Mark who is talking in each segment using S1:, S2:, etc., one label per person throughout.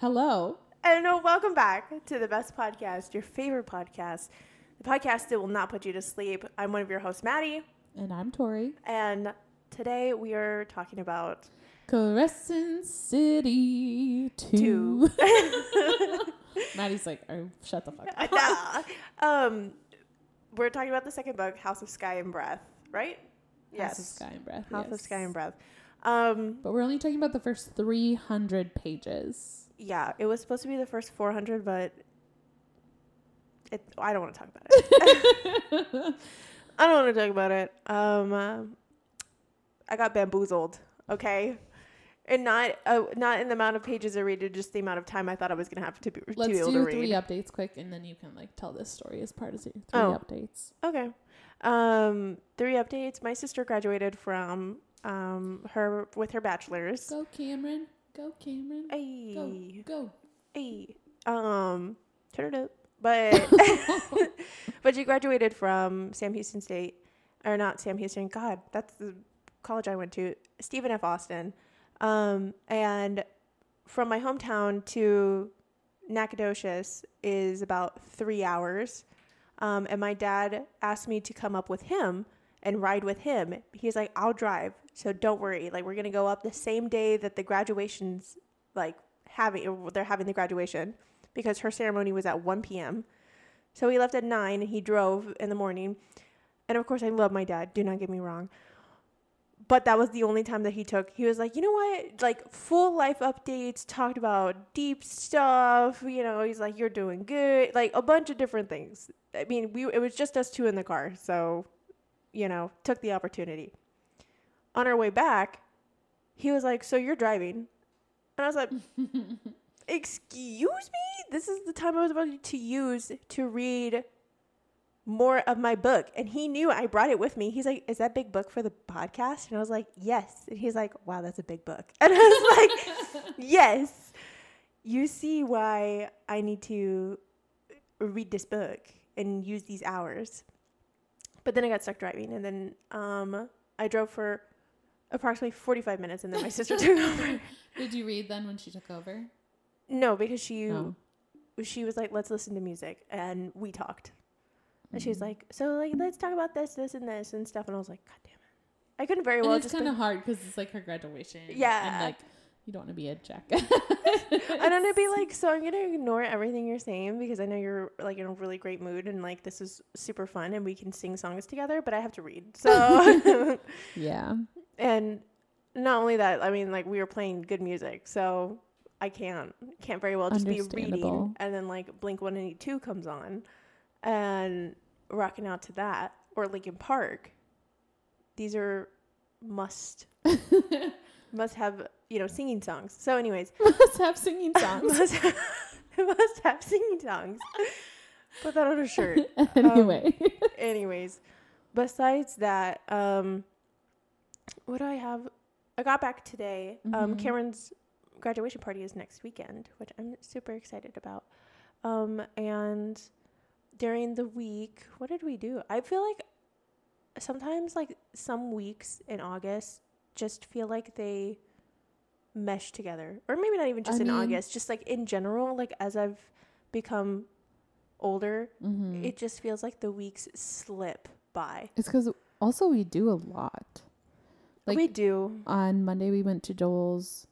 S1: Hello.
S2: And uh, welcome back to the best podcast, your favorite podcast, the podcast that will not put you to sleep. I'm one of your hosts, Maddie,
S1: And I'm Tori.
S2: and today we are talking about
S1: Crescent City 2.
S2: two.
S1: Maddie's like, oh, shut the fuck up.
S2: Nah. um, we're talking about the second book, House of Sky and Breath, right?
S1: House of Sky and Breath.
S2: House of
S1: yes.
S2: Sky and Breath. Um,
S1: But we're only talking about the first 300 pages.
S2: yeah, it was supposed to be the first 400, but it, I don't want to talk about it. I don't want to talk about it. Um, uh, I got bamboozled. Okay. And not uh, not in the amount of pages I read, it just the amount of time I thought I was gonna have to be, to be
S1: Let's
S2: able
S1: do
S2: to
S1: three
S2: read.
S1: updates quick, and then you can like tell this story as part of your three
S2: Oh.
S1: updates.
S2: Okay, um, three updates. My sister graduated from um, her with her bachelor's.
S1: Go, Cameron. Go, Cameron.
S2: Ay,
S1: Go.
S2: ay. Um, turn it up. But but she graduated from Sam Houston State, or not Sam Houston. God, that's the college I went to. Stephen F. Austin, um, and from my hometown to Nacogdoches is about three hours. Um, and my dad asked me to come up with him and ride with him. He's like, I'll drive, so don't worry. Like we're gonna go up the same day that the graduation's like having or they're having the graduation because her ceremony was at 1 p.m. So he left at nine and he drove in the morning. And of course, I love my dad. Do not get me wrong. But that was the only time that he took. He was like, you know what? Like full life updates, talked about deep stuff. You know, he's like, you're doing good. Like a bunch of different things. I mean, we it was just us two in the car, so you know, took the opportunity. On our way back, he was like, so you're driving, and I was like, excuse me this is the time i was about to use to read more of my book and he knew i brought it with me he's like is that big book for the podcast and i was like yes and he's like wow that's a big book and i was like yes you see why i need to read this book and use these hours but then i got stuck driving and then um, i drove for approximately 45 minutes and then my sister took over
S1: Did you read then when she took over? Oh.
S2: no because she
S1: No.
S2: she was like, let's listen to music. And we talked. And she
S1: Mm-hmm.
S2: was like, so like, let's talk about this, this, and this and stuff. And I was like, God damn it. I couldn't very well
S1: and it's
S2: just.
S1: kind
S2: be-
S1: of hard because it's like her graduation.
S2: Yeah.
S1: And like, you don't want to be a jackass.
S2: I don't know, be like, so I'm going to ignore everything you're saying because I know you're like in a really great mood and like this is super fun and we can sing songs together, but I have to read. So,
S1: Yeah.
S2: and not only that, I mean, like, we were playing good music. So I can't, can't very well just be
S1: Understandable.
S2: reading. And then like Blink 182 comes on and rocking out to that or Linkin Park. These are must must have you know singing songs. So, anyways,
S1: Must have singing songs.
S2: must have, must have singing songs. Put that on a shirt.
S1: anyway.
S2: Anyways, besides that, um, what do I have? I got back today. Um,
S1: Mhm.
S2: Cameron's graduation party is next weekend, which I'm super excited about. Um, and during the week, what did we do? I feel like sometimes, like some weeks in August, just feel like they mesh together, or maybe not even just
S1: I
S2: in
S1: mean-
S2: August, just like in general. Like as I've become older,
S1: Mhm.
S2: it just feels like the weeks slip by.
S1: It's because also we do a lot. Like
S2: we do.
S1: on Monday we went to Joel's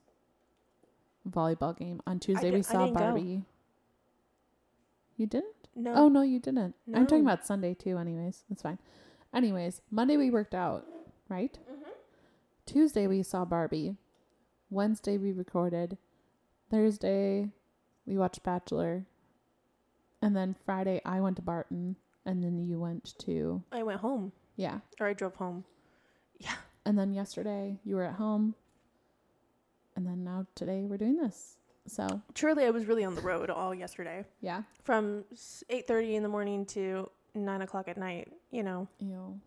S1: volleyball game. On Tuesday
S2: di- I
S1: we saw
S2: didn't go.
S1: Barbie. You didn't?
S2: No.
S1: Oh no, you didn't. I'm talking
S2: No.
S1: about Sunday too. Anyways, that's fine. Anyways, Monday we worked out, right? Tuesday we saw Barbie. Wednesday we recorded. Thursday we watched Bachelor. And then Friday I went to Barton, and then you went to
S2: I went home
S1: yeah.
S2: or I drove home.
S1: And then yesterday you were at home. And then now today we're doing this. So
S2: Truly, I was really on the road all yesterday
S1: yeah,
S2: from s- 8.30 in the morning to 9 o'clock at night, you know.
S1: ew.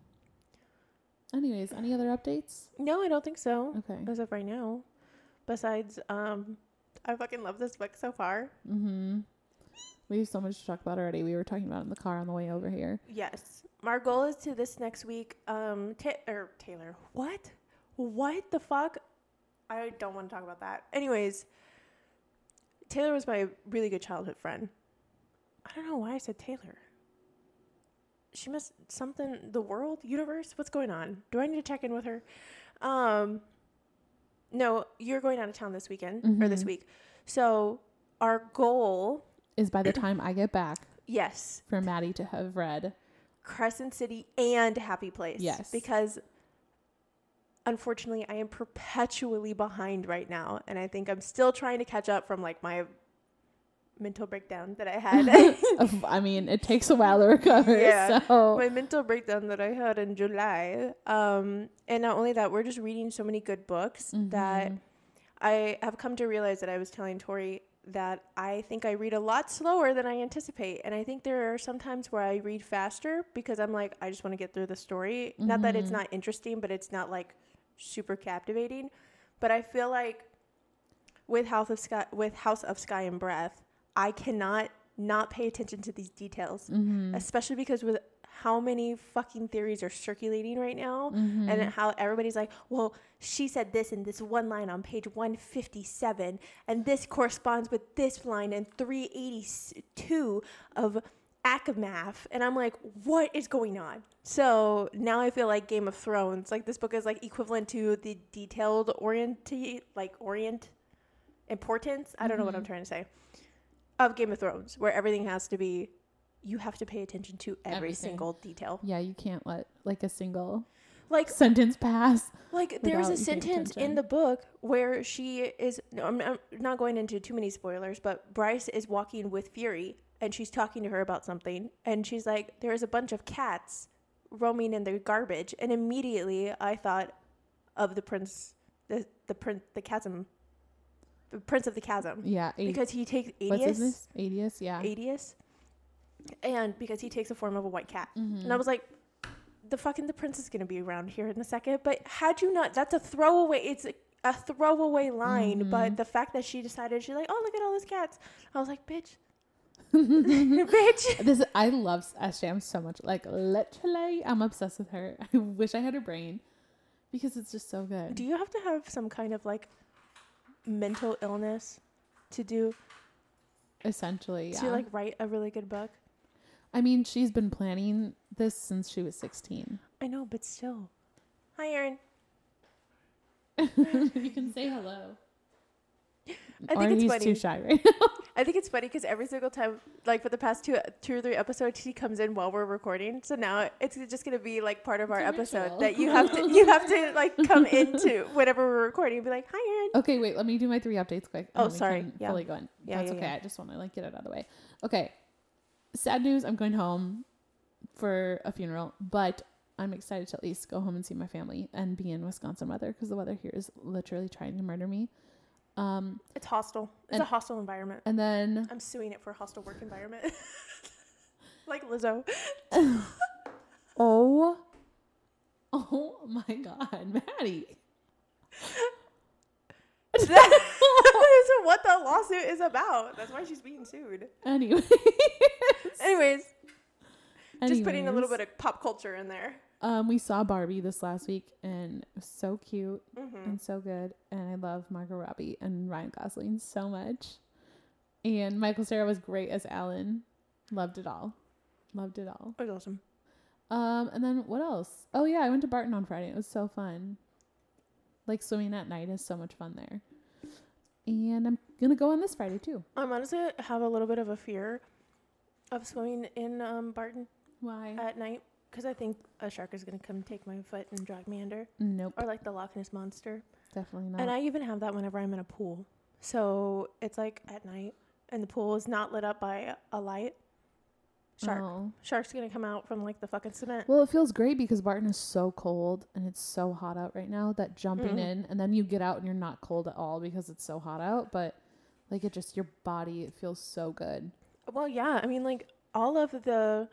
S1: Anyways, any other updates?
S2: No, I don't think so
S1: Okay.
S2: as of right now. Besides, um, I fucking love this book so far.
S1: Mm-hmm. We have so much to talk about already. We were talking about it in the car on the way over here.
S2: Yes. Our goal is to this next week, um, ta- or Taylor. What? What the fuck? I don't want to talk about that. Anyways, Taylor was my really good childhood friend. I don't know why I said Taylor. She must something the world universe. What's going on? Do I need to check in with her? Um, no, you're going out of town this weekend or this
S1: Mhm.
S2: week. So our goal,
S1: Is by the time I get back
S2: yes,
S1: for Maddie to have read.
S2: Crescent City and Happy Place.
S1: Yes.
S2: because unfortunately, I am perpetually behind right now, and I think I'm still trying to catch up from like my mental breakdown that I had.
S1: Of- I mean, it takes a while to recover.
S2: Yeah.
S1: So
S2: my mental breakdown that I had in July. Um, and not only that, we're just reading so many good books that
S1: Mhm.
S2: I have come to realize that I was telling Tori that I think I read a lot slower than I anticipate. And I think there are some times where I read faster because I'm like, I just want to get through the story. Not that it's
S1: Mhm.
S2: not interesting, but it's not like super captivating. But I feel like with House of Sky with House of Sky and Breath, I cannot not pay attention to these details
S1: Mhm.
S2: especially because with how many fucking theories are circulating right now
S1: Mm-hmm.
S2: and how everybody's like well she said this in this one line on page 157 and this corresponds with this line in 382 of Akamath and I'm like what is going on so now I feel like Game of Thrones like this book is like equivalent to the detailed orient like orient importance I don't know what I'm trying to say of Game of Thrones where everything has to be you have to pay attention to every
S1: Everything.
S2: single detail
S1: yeah, you can't let like a single
S2: like
S1: sentence pass.
S2: like there's a
S1: without you paying
S2: sentence in
S1: attention.
S2: the book where she is. No, I'm, I'm not going into too many spoilers, but Bryce is walking with Fury, and she's talking to her about something, and she's like, "There is a bunch of cats roaming in the garbage," and immediately I thought of the prince, the the prince, the chasm, the prince of the chasm,
S1: Yeah. A-
S2: because he takes
S1: what's his name?
S2: Adius,
S1: Adius. Yeah.
S2: Adius, and because he takes the form of a white cat.
S1: Mhm.
S2: And I was like, the fucking the prince is gonna be around here in a second. But had you not, that's a throwaway. It's a, a throwaway line. But the fact that she decided she's like, oh look at all those cats. I was like, bitch, bitch.
S1: Mm-hmm. This I love SJM so much. Like literally, I'm obsessed with her. I wish I had her brain because it's just so good.
S2: Do you have to have some kind of like mental illness to do
S1: Essentially, yeah.
S2: to like write a really good book?
S1: I mean, she's been planning this since she was 16.
S2: I know, but still. Hi, Erin.
S1: you can say hello.
S2: I
S1: or
S2: think it's
S1: he's
S2: funny.
S1: too shy right now.
S2: I think it's funny because every single time, like for the past two, two or three episodes, he comes in while we're recording. So now it's just gonna be like part of our
S1: a
S2: episode
S1: ritual.
S2: that you have to you have to like come into whenever we're recording and be like, "Hi, Aaron."
S1: Okay, wait. Let me do my three updates quick. and
S2: Oh,
S1: then we
S2: sorry.
S1: can
S2: Yeah.
S1: Fully going.
S2: Yeah,
S1: That's
S2: yeah,
S1: okay.
S2: yeah.
S1: I just want to like get it out of the way. Okay. Sad news. I'm going home for a funeral, but I'm excited to at least go home and see my family and be in Wisconsin weather because the weather here is literally trying to murder me. Um,
S2: It's hostile. It's
S1: And-
S2: a hostile environment.
S1: and then
S2: I'm suing it for hostile work environment. like Lizzo.
S1: oh, oh my God, Maddie.
S2: That's what the lawsuit is about. That's why she's being sued.
S1: Anyway,
S2: Anyways, just putting a little
S1: anyways,
S2: bit of pop culture in there.
S1: Um, we saw Barbie this last week, and it was so cute.
S2: hmm
S1: and so good. And I love Margot Robbie and Ryan Gosling so much. And Michael Sarah was great as Alan. Loved it all. Loved it all.
S2: It was awesome.
S1: Um, and then what else? Oh yeah, I went to Barton on Friday. It was so fun. Like swimming at night is so much fun there. And I'm gonna go on this Friday too.
S2: I'm honestly have a little bit of a fear of swimming in um, Barton
S1: Why?
S2: at night because I think a shark is going to come take my foot and drag me under,
S1: nope,
S2: or like the Loch Ness monster.
S1: definitely not.
S2: Oh, And I even have that whenever I'm in a pool. So it's like at night, and the pool is not lit up by a light. Shark,
S1: Oh.
S2: shark's going to come out from like the fucking cement.
S1: Well, it feels great because Barton is so cold and it's so hot out right now that jumping
S2: Mhm.
S1: in and then you get out and you're not cold at all because it's so hot out. But like it just your body, it feels so good.
S2: Well, yeah, I mean like all of the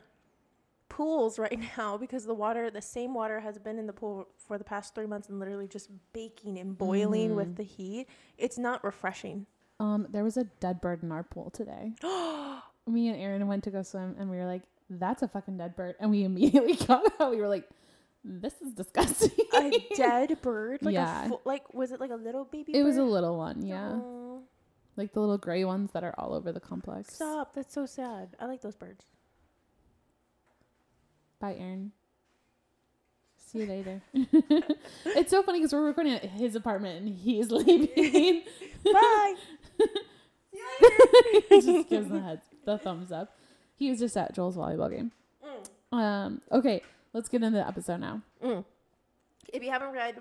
S2: pools right now because the water the same water has been in the pool for the past three months and literally just baking and boiling with the heat it's not refreshing
S1: Um, there was a dead bird in our pool today. Me and Aaron went to go swim and we were like, "That's a fucking dead bird," and we immediately got out. We were like, "This is disgusting."
S2: a dead bird like
S1: Yeah.
S2: a full, like was it like a little baby
S1: it was a
S2: bird?
S1: little one, yeah.
S2: Aw.
S1: Like the little gray ones that are all over the complex.
S2: Stop. That's so sad. I like those birds.
S1: Bye, Aaron. See you later. it's so funny because we're recording at his apartment and he is leaving.
S2: Bye.
S1: he just gives the heads, the thumbs up. He was just at Joel's volleyball game. Um. Okay, let's get into the episode now.
S2: Mm. If you haven't read,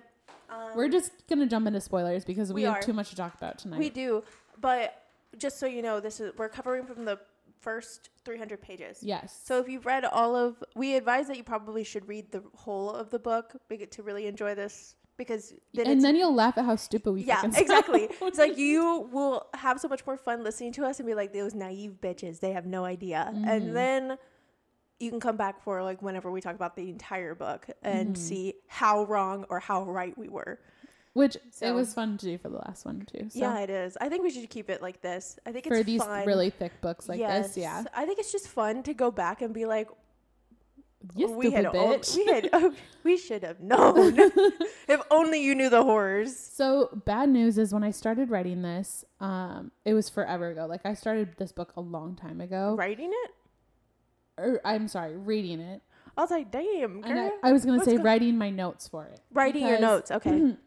S2: um,
S1: We're just gonna jump into spoilers because we,
S2: We
S1: have
S2: are.
S1: too much to talk about tonight.
S2: we do. But just so you know, this is we're covering from the first 300 pages.
S1: yes.
S2: So if you've read all of, we advise that you probably should read the whole of the book be- to really enjoy this because then
S1: and
S2: it's,
S1: then you'll laugh at how stupid we
S2: yeah,
S1: fucking sound.
S2: exactly. it's like you will have so much more fun listening to us and be like those naive bitches. They have no idea,
S1: Mhm.
S2: and then you can come back for like whenever we talk about the entire book and
S1: Mhm.
S2: see how wrong or how right we were.
S1: Which it
S2: So-
S1: was fun to do for the last one too. So
S2: yeah, it is. I think we should keep it like this. I think it's
S1: for these
S2: fun.
S1: really thick books like this, yeah.
S2: I think it's just fun to go back and be like,
S1: You
S2: we
S1: stupid
S2: had, o-
S1: bitch.
S2: we had, oh, we should have known. if only you knew the horrors.
S1: So bad news is when I started writing this, um, it was forever ago. Like I started this book a long time ago.
S2: Writing it,
S1: Or, I'm sorry, reading it.
S2: I was like, damn, girl.
S1: And I, I was gonna
S2: let's
S1: say
S2: go-
S1: writing my notes for it.
S2: Writing your
S1: because-
S2: notes, okay.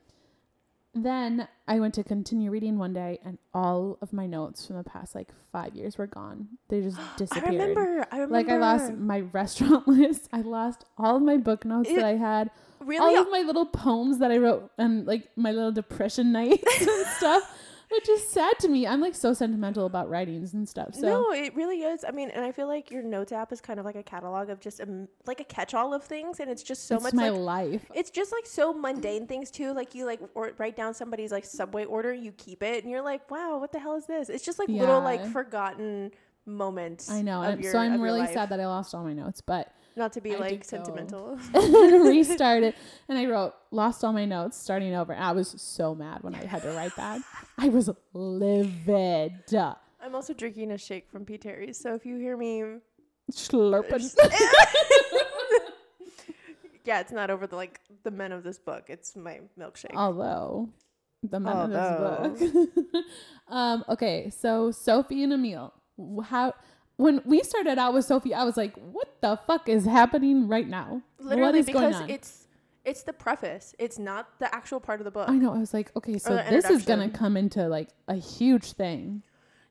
S1: Then I went to continue reading one day, and all of my notes from the past like five years were gone. They just
S2: I
S1: disappeared.
S2: remember. I remember.
S1: Like I lost my restaurant list. I lost all of my book notes
S2: It-
S1: that I had.
S2: really.
S1: all of my little poems that I wrote and like my little depression nights and stuff, which is sad to me. I'm like so sentimental about writings and stuff. So
S2: no, it really is. I mean, and I feel like your notes app is kind of like a catalog of just um, like a catch-all of things, and it's just so
S1: it's
S2: much
S1: my
S2: like
S1: life.
S2: it's just like so mundane things too. Like you like or write down somebody's like subway order, you keep it, and you're like, wow, what the hell is this? It's just like little like
S1: Yeah.
S2: forgotten moments.
S1: I know.
S2: of
S1: And
S2: your-
S1: so
S2: of
S1: I'm
S2: your
S1: really
S2: life.
S1: sad that I lost all my notes, but
S2: not to be
S1: I did
S2: like
S1: go.
S2: sentimental.
S1: restarted and I wrote, lost all my notes, starting over. And I was so mad when I had to write that. I was livid.
S2: I'm also drinking a shake from P Terry's, so if you hear me,
S1: Slurping.
S2: yeah, it's not over the like the men of this book. It's my milkshake.
S1: Oh, Although the men of this
S2: Although.
S1: book. um, okay, so Sophie and Emil. W- How when we started out with Sophie, I was like, "What the fuck is happening right now? what
S2: Literally,
S1: is
S2: because
S1: going on?"
S2: it's it's the preface. It's not the actual part of the book.
S1: I know. I was like, "Okay, so
S2: the
S1: this is gonna
S2: introduction.
S1: come into like a huge thing."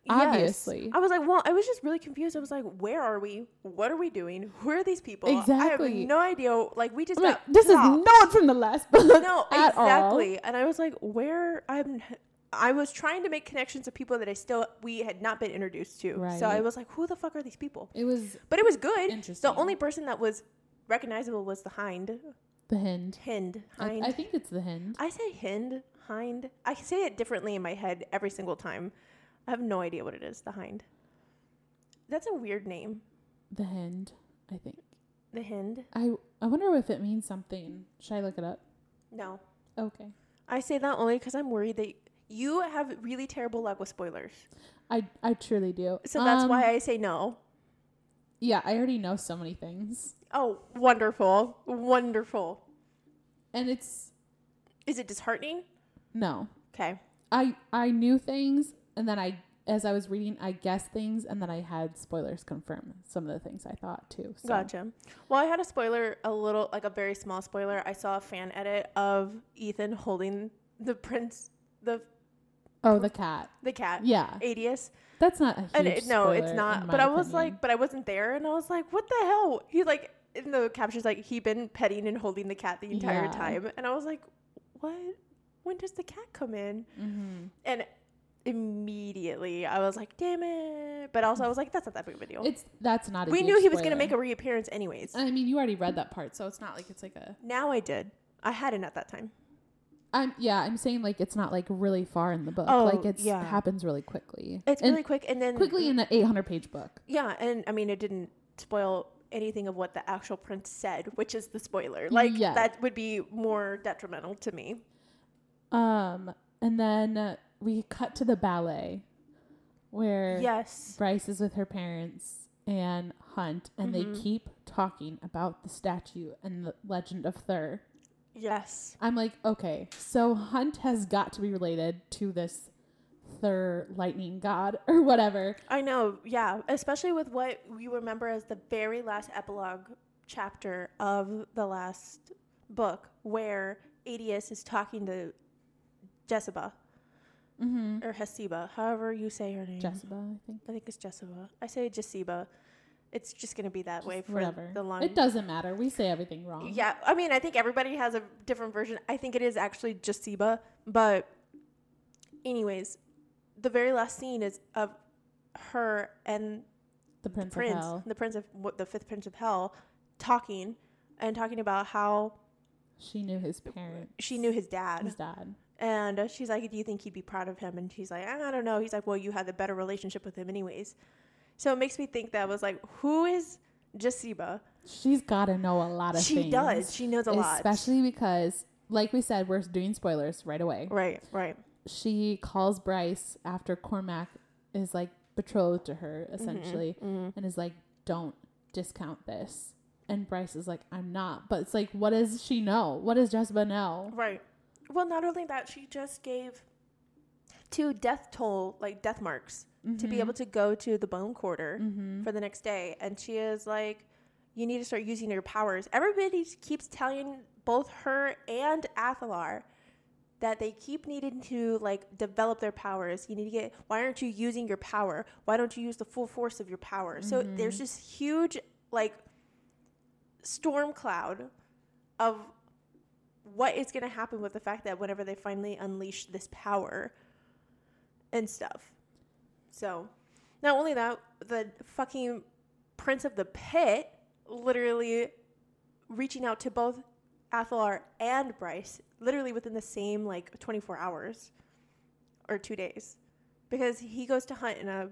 S2: Yes.
S1: Obviously.
S2: I was like, well, I was just really confused. I was like, where are we? What are we doing? Who are these people? I
S1: Exactly.
S2: have no idea. Like, we just
S1: I'm like,
S2: got
S1: "This is
S2: plopped.
S1: no one from the last book."
S2: no
S1: at all.
S2: exactly. And I was like, where I'm. I was trying to make connections to people that I still we had not been introduced to. So I
S1: Right.
S2: was like, who the fuck are these people?
S1: It was
S2: But it was good.
S1: Interesting.
S2: The only person that was recognizable was the hind.
S1: the Hind.
S2: Hind.
S1: I,
S2: Hind.
S1: I think it's the Hind.
S2: I say hind, hind. I say it differently in my head every single time. I have no idea what it is, the hind. That's a weird name,
S1: The Hind. I think.
S2: the hind.
S1: I I wonder if it means something. Should I look it up?
S2: No.
S1: Okay.
S2: I say that only because I'm worried that you have really terrible luck with spoilers.
S1: I I truly do.
S2: So that's
S1: Um,
S2: why I say no.
S1: Yeah, I already know so many things.
S2: Oh, wonderful. Wonderful.
S1: And it's
S2: Is it disheartening?
S1: no.
S2: Okay.
S1: I I knew things and then I as I was reading I guessed things and then I had spoilers confirm some of the things I thought too. So
S2: Gotcha. Well, I had a spoiler, a little, like a very small spoiler. I saw a fan edit of Ethan holding the prince, the
S1: Oh, the cat.
S2: the cat,
S1: Yeah.
S2: Adius.
S1: That's not a huge
S2: and it, no, it's
S1: spoiler, in
S2: not.
S1: my
S2: But I was
S1: opinion.
S2: like, but I wasn't there, and I was like, what the hell? He like in the captions like he been petting and holding the cat the entire
S1: Yeah.
S2: time, and I was like, what? When does the cat come in?
S1: Mhm.
S2: And immediately I was like, damn it! But also I was like, that's not that big of a deal.
S1: it's that's not a
S2: we
S1: huge
S2: knew he was gonna
S1: spoiler.
S2: make a reappearance anyways.
S1: I mean, you already read that part, so it's not like it's like a
S2: now I did. I hadn't at that time.
S1: I'm yeah, I'm saying like it's not like really far in the book.
S2: Oh,
S1: like it's
S2: yeah.
S1: happens really quickly.
S2: It's
S1: And
S2: really quick, and then
S1: quickly in an 800 page book.
S2: Yeah, and I mean, it didn't spoil anything of what the actual prince said, which is the spoiler. Like
S1: Yeah.
S2: that would be more detrimental to me.
S1: Um, and then uh, we cut to the ballet where
S2: Yes.
S1: Bryce is with her parents and Hunt, and
S2: Mm-hmm.
S1: they keep talking about the statue and the legend of Thur.
S2: Yes.
S1: I'm like, okay, so Hunt has got to be related to this their lightning god or whatever.
S2: I know, yeah. Especially with what you remember as the very last epilogue chapter of the last book, where Adius is talking to Jezebel
S1: Mm-hmm.
S2: or Hesiba, however you say her name.
S1: Jessica, I think.
S2: I think it's Jezebel. I say Jezeba. It's just gonna be that way for
S1: whatever.
S2: the long.
S1: It doesn't matter. We say everything wrong.
S2: Yeah, I mean, I think everybody has a different version. I think it is actually Jezeba, but anyways, the very last scene is of her and
S1: The Prince,
S2: Prince,
S1: of Hell.
S2: the Prince of what, the fifth Prince of Hell, talking and talking about how
S1: She knew his parents.
S2: she knew his dad,
S1: his dad.
S2: and uh, she's like, "Do you think he'd be proud of him?" And she's like, "I don't know." He's like, "Well, you had the better relationship with him, anyways." So it makes me think that was like, who is Jezeba?
S1: She's got to know a lot of
S2: She
S1: things.
S2: does. She knows a lot.
S1: Especially because, like we said, we're doing spoilers right away.
S2: Right, right.
S1: She calls Bryce after Cormac is like betrothed to her,
S2: Mm-hmm.
S1: essentially, and is like, don't discount this. And Bryce is like, I'm not. But it's like, what does she know? What does Jessica know?
S2: Right. Well, not only that, she just gave two death toll, like death marks, to be able to go to the bone quarter for the next day. And she is like, you need to start using your powers. Everybody keeps telling both her and Athalar that they keep needing to like develop their powers. You need to get why aren't you using your power? Why don't you use the full force of your power? So there's this huge like storm cloud of what is going to happen with the fact that whenever they finally unleash this power and stuff. So, not only that, the fucking prince of the pit literally reaching out to both Athalar and Bryce literally within the same like 24 hours or 2 days because he goes to hunt in a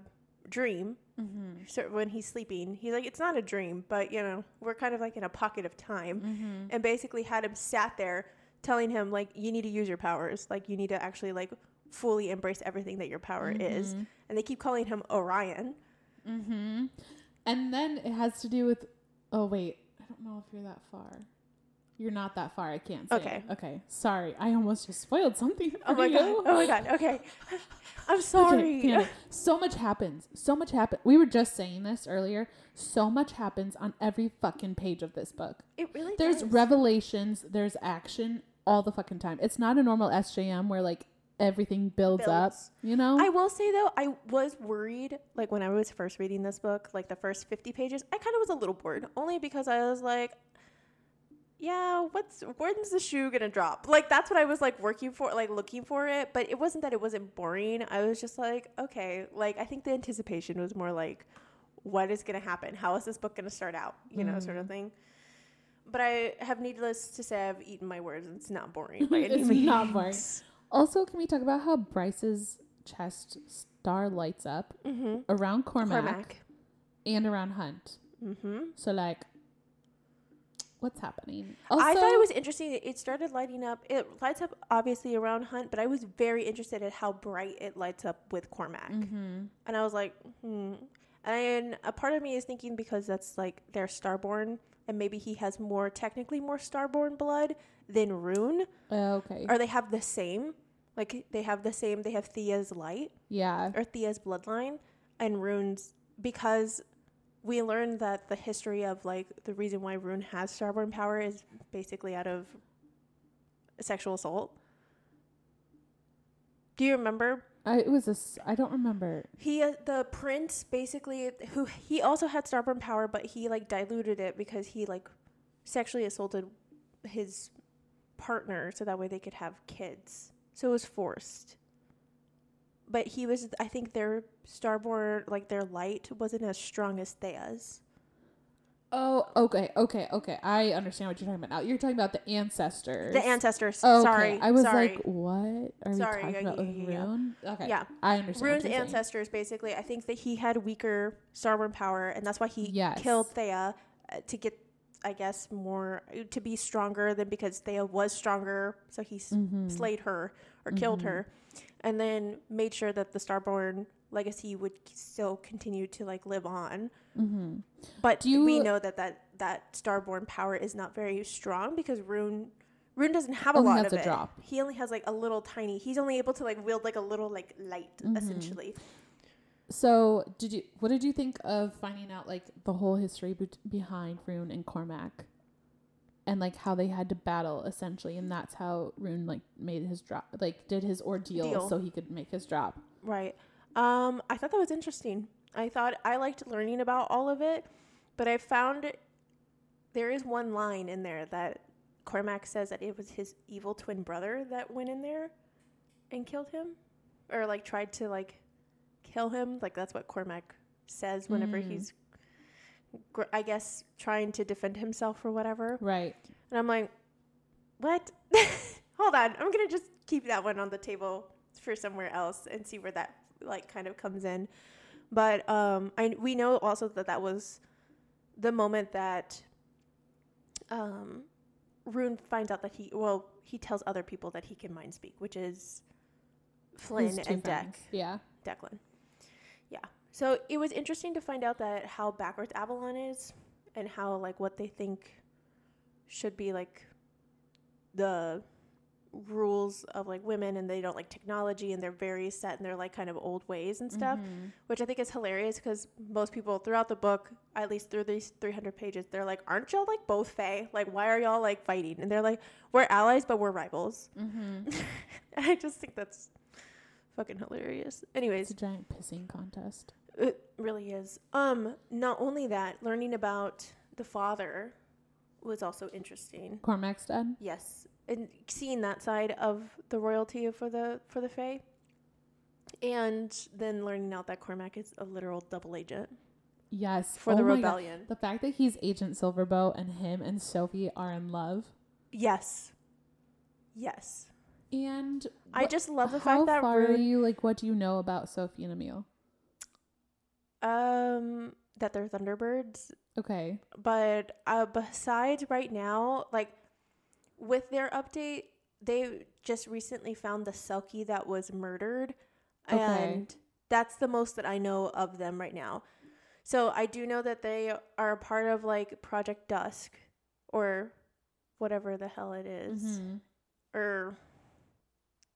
S2: dream
S1: Mm-hmm.
S2: so when he's sleeping he's like it's not a dream but you know we're kind of like in a pocket of time
S1: Mm-hmm.
S2: and basically had him sat there telling him like you need to use your powers like you need to actually like fully embrace everything that your power is
S1: Mhm.
S2: and they keep calling him orion
S1: Mm-hmm. And then it has to do with. Oh wait, I don't know if you're that far. You're not that far. I can't. Say
S2: Okay.
S1: It. Okay. Sorry, I almost just spoiled something. For
S2: oh my
S1: you.
S2: god oh my god okay i'm
S1: Okay,
S2: sorry
S1: Fiona, so much happens. So much happen. We were just saying this earlier. So much happens on every fucking page of this book.
S2: it really
S1: There's
S2: does.
S1: revelations. There's action all the fucking time. It's not a normal SJM where like everything builds, up.
S2: Builds.
S1: You know.
S2: I will say though, I was worried, like when I was first reading this book, like the first 50 pages, I kind of was a little bored, only because I was like, yeah, what's when's the shoe gonna drop? Like that's what I was like working for, like looking for it. But it wasn't that it wasn't boring. I was just like, okay, like I think the anticipation was more like, what is gonna happen? How is this book gonna start out? You know, sort of
S1: Mm-hmm.
S2: thing. But I have needless to say, I've eaten my words. and It's not boring. by any
S1: It's not
S2: means.
S1: boring. Also, can we talk about how Bryce's chest star lights up
S2: Mhm.
S1: around Cormac,
S2: Cormac.
S1: and around Hunt?
S2: Mm-hmm.
S1: So, like, what's happening? Also,
S2: I thought it was interesting. that It started lighting up. It lights up obviously around Hunt, but I was very interested at how bright it lights up with Cormac.
S1: Mhm.
S2: And I was like, hmm. And a part of me is thinking because that's like their starborn, and maybe he has more technically more starborn blood than Rune,
S1: Uh, okay.
S2: or they have the same. Like they have the same. They have Thea's light
S1: yeah.
S2: or Thea's bloodline and Rune's because we learned that the history of like the reason why Rune has starborn power is basically out of sexual assault. Do you remember?
S1: I, it was a. s- I don't remember.
S2: He uh, the prince basically who he also had starborn power but he like diluted it because he like sexually assaulted his partner so that way they could have kids. So it was forced. But he was I think their starborn like their light wasn't as strong as Thea's.
S1: Oh, okay, okay, okay. I understand what you're talking about now. You're talking about the ancestors.
S2: The ancestors.
S1: Okay,
S2: Sorry.
S1: I was
S2: sorry.
S1: like, what are
S2: Sorry,
S1: we talking
S2: yeah,
S1: about
S2: yeah,
S1: with
S2: yeah, yeah.
S1: Rune? Okay.
S2: Yeah.
S1: I understand. what
S2: Rune's
S1: you're saying.
S2: ancestors, basically, I think that he had weaker starborn power, and that's why he
S1: Yes.
S2: killed Thea uh, to get, I guess, more to be stronger than because Thea was stronger, so he s
S1: Mhm.
S2: slayed her or killed
S1: Mm-hmm.
S2: her, and then made sure that the starborn legacy would c- still continue to like live on.
S1: Mhm.
S2: But
S1: Do you-
S2: we know that that that starborn power is not very strong because Rune Rune doesn't have a
S1: Only
S2: lot
S1: has
S2: of
S1: a
S2: it.
S1: drop.
S2: He only has like a little tiny. He's only able to like wield like a little like light
S1: Mm-hmm.
S2: essentially.
S1: So, did you? What did you think of finding out like the whole history be- behind Rune and Cormac, and like how they had to battle essentially, and that's how Rune like made his drop, like did his ordeal
S2: Deal.
S1: so he could make his drop.
S2: Right. Um, I thought that was interesting. I thought I liked learning about all of it, but I found there is one line in there that Cormac says that it was his evil twin brother that went in there and killed him, or like tried to like kill him. Like that's what Cormac says whenever
S1: Mm.
S2: he's, gr- I guess, trying to defend himself or whatever.
S1: Right.
S2: And I'm like, what? Hold on. I'm going to just keep that one on the table for somewhere else and see where that like kind of comes in. But um, I, we know also that that was the moment that um, Rune finds out that he, well, he tells other people that he can mind speak, which is
S1: His
S2: Flynn
S1: two
S2: and Deck.
S1: friends. Yeah.
S2: Declan. Yeah. So it was interesting to find out that how backwards Avalon is and how like what they think should be like the rules of like women and they don't like technology and they're very set in their like kind of old ways and stuff,
S1: Mhm.
S2: which I think is hilarious because most people throughout the book, at least through these 300 pages, they're like, aren't y'all like both Fae? Like, why are y'all like fighting? And they're like, we're allies, but we're rivals. Mm-hmm.
S1: Mhm.
S2: I just think that's fucking hilarious. Anyways,
S1: It's a giant pissing contest.
S2: it really is. Um, not only that, learning about the father was also interesting.
S1: Cormac's dad.
S2: Yes, and seeing that side of the royalty for the for the Fae, and then learning out that Cormac is a literal double agent
S1: Yes.
S2: for
S1: Oh
S2: the
S1: my God.
S2: rebellion.
S1: The fact that he's Agent Silverbow and him and Sophie are in love,
S2: Yes, yes.
S1: and
S2: I
S1: what-
S2: just love the
S1: how
S2: fact that
S1: far are
S2: Rune,
S1: you like? What do you know about Sophie and Emil?
S2: um that they're Thunderbirds
S1: Okay.
S2: but uh, besides right now like with their update they just recently found the selkie that was murdered
S1: Okay.
S2: and that's the most that i know of them right now so i do know that they are a part of like project dusk or whatever the hell it is.
S1: Mhm.
S2: or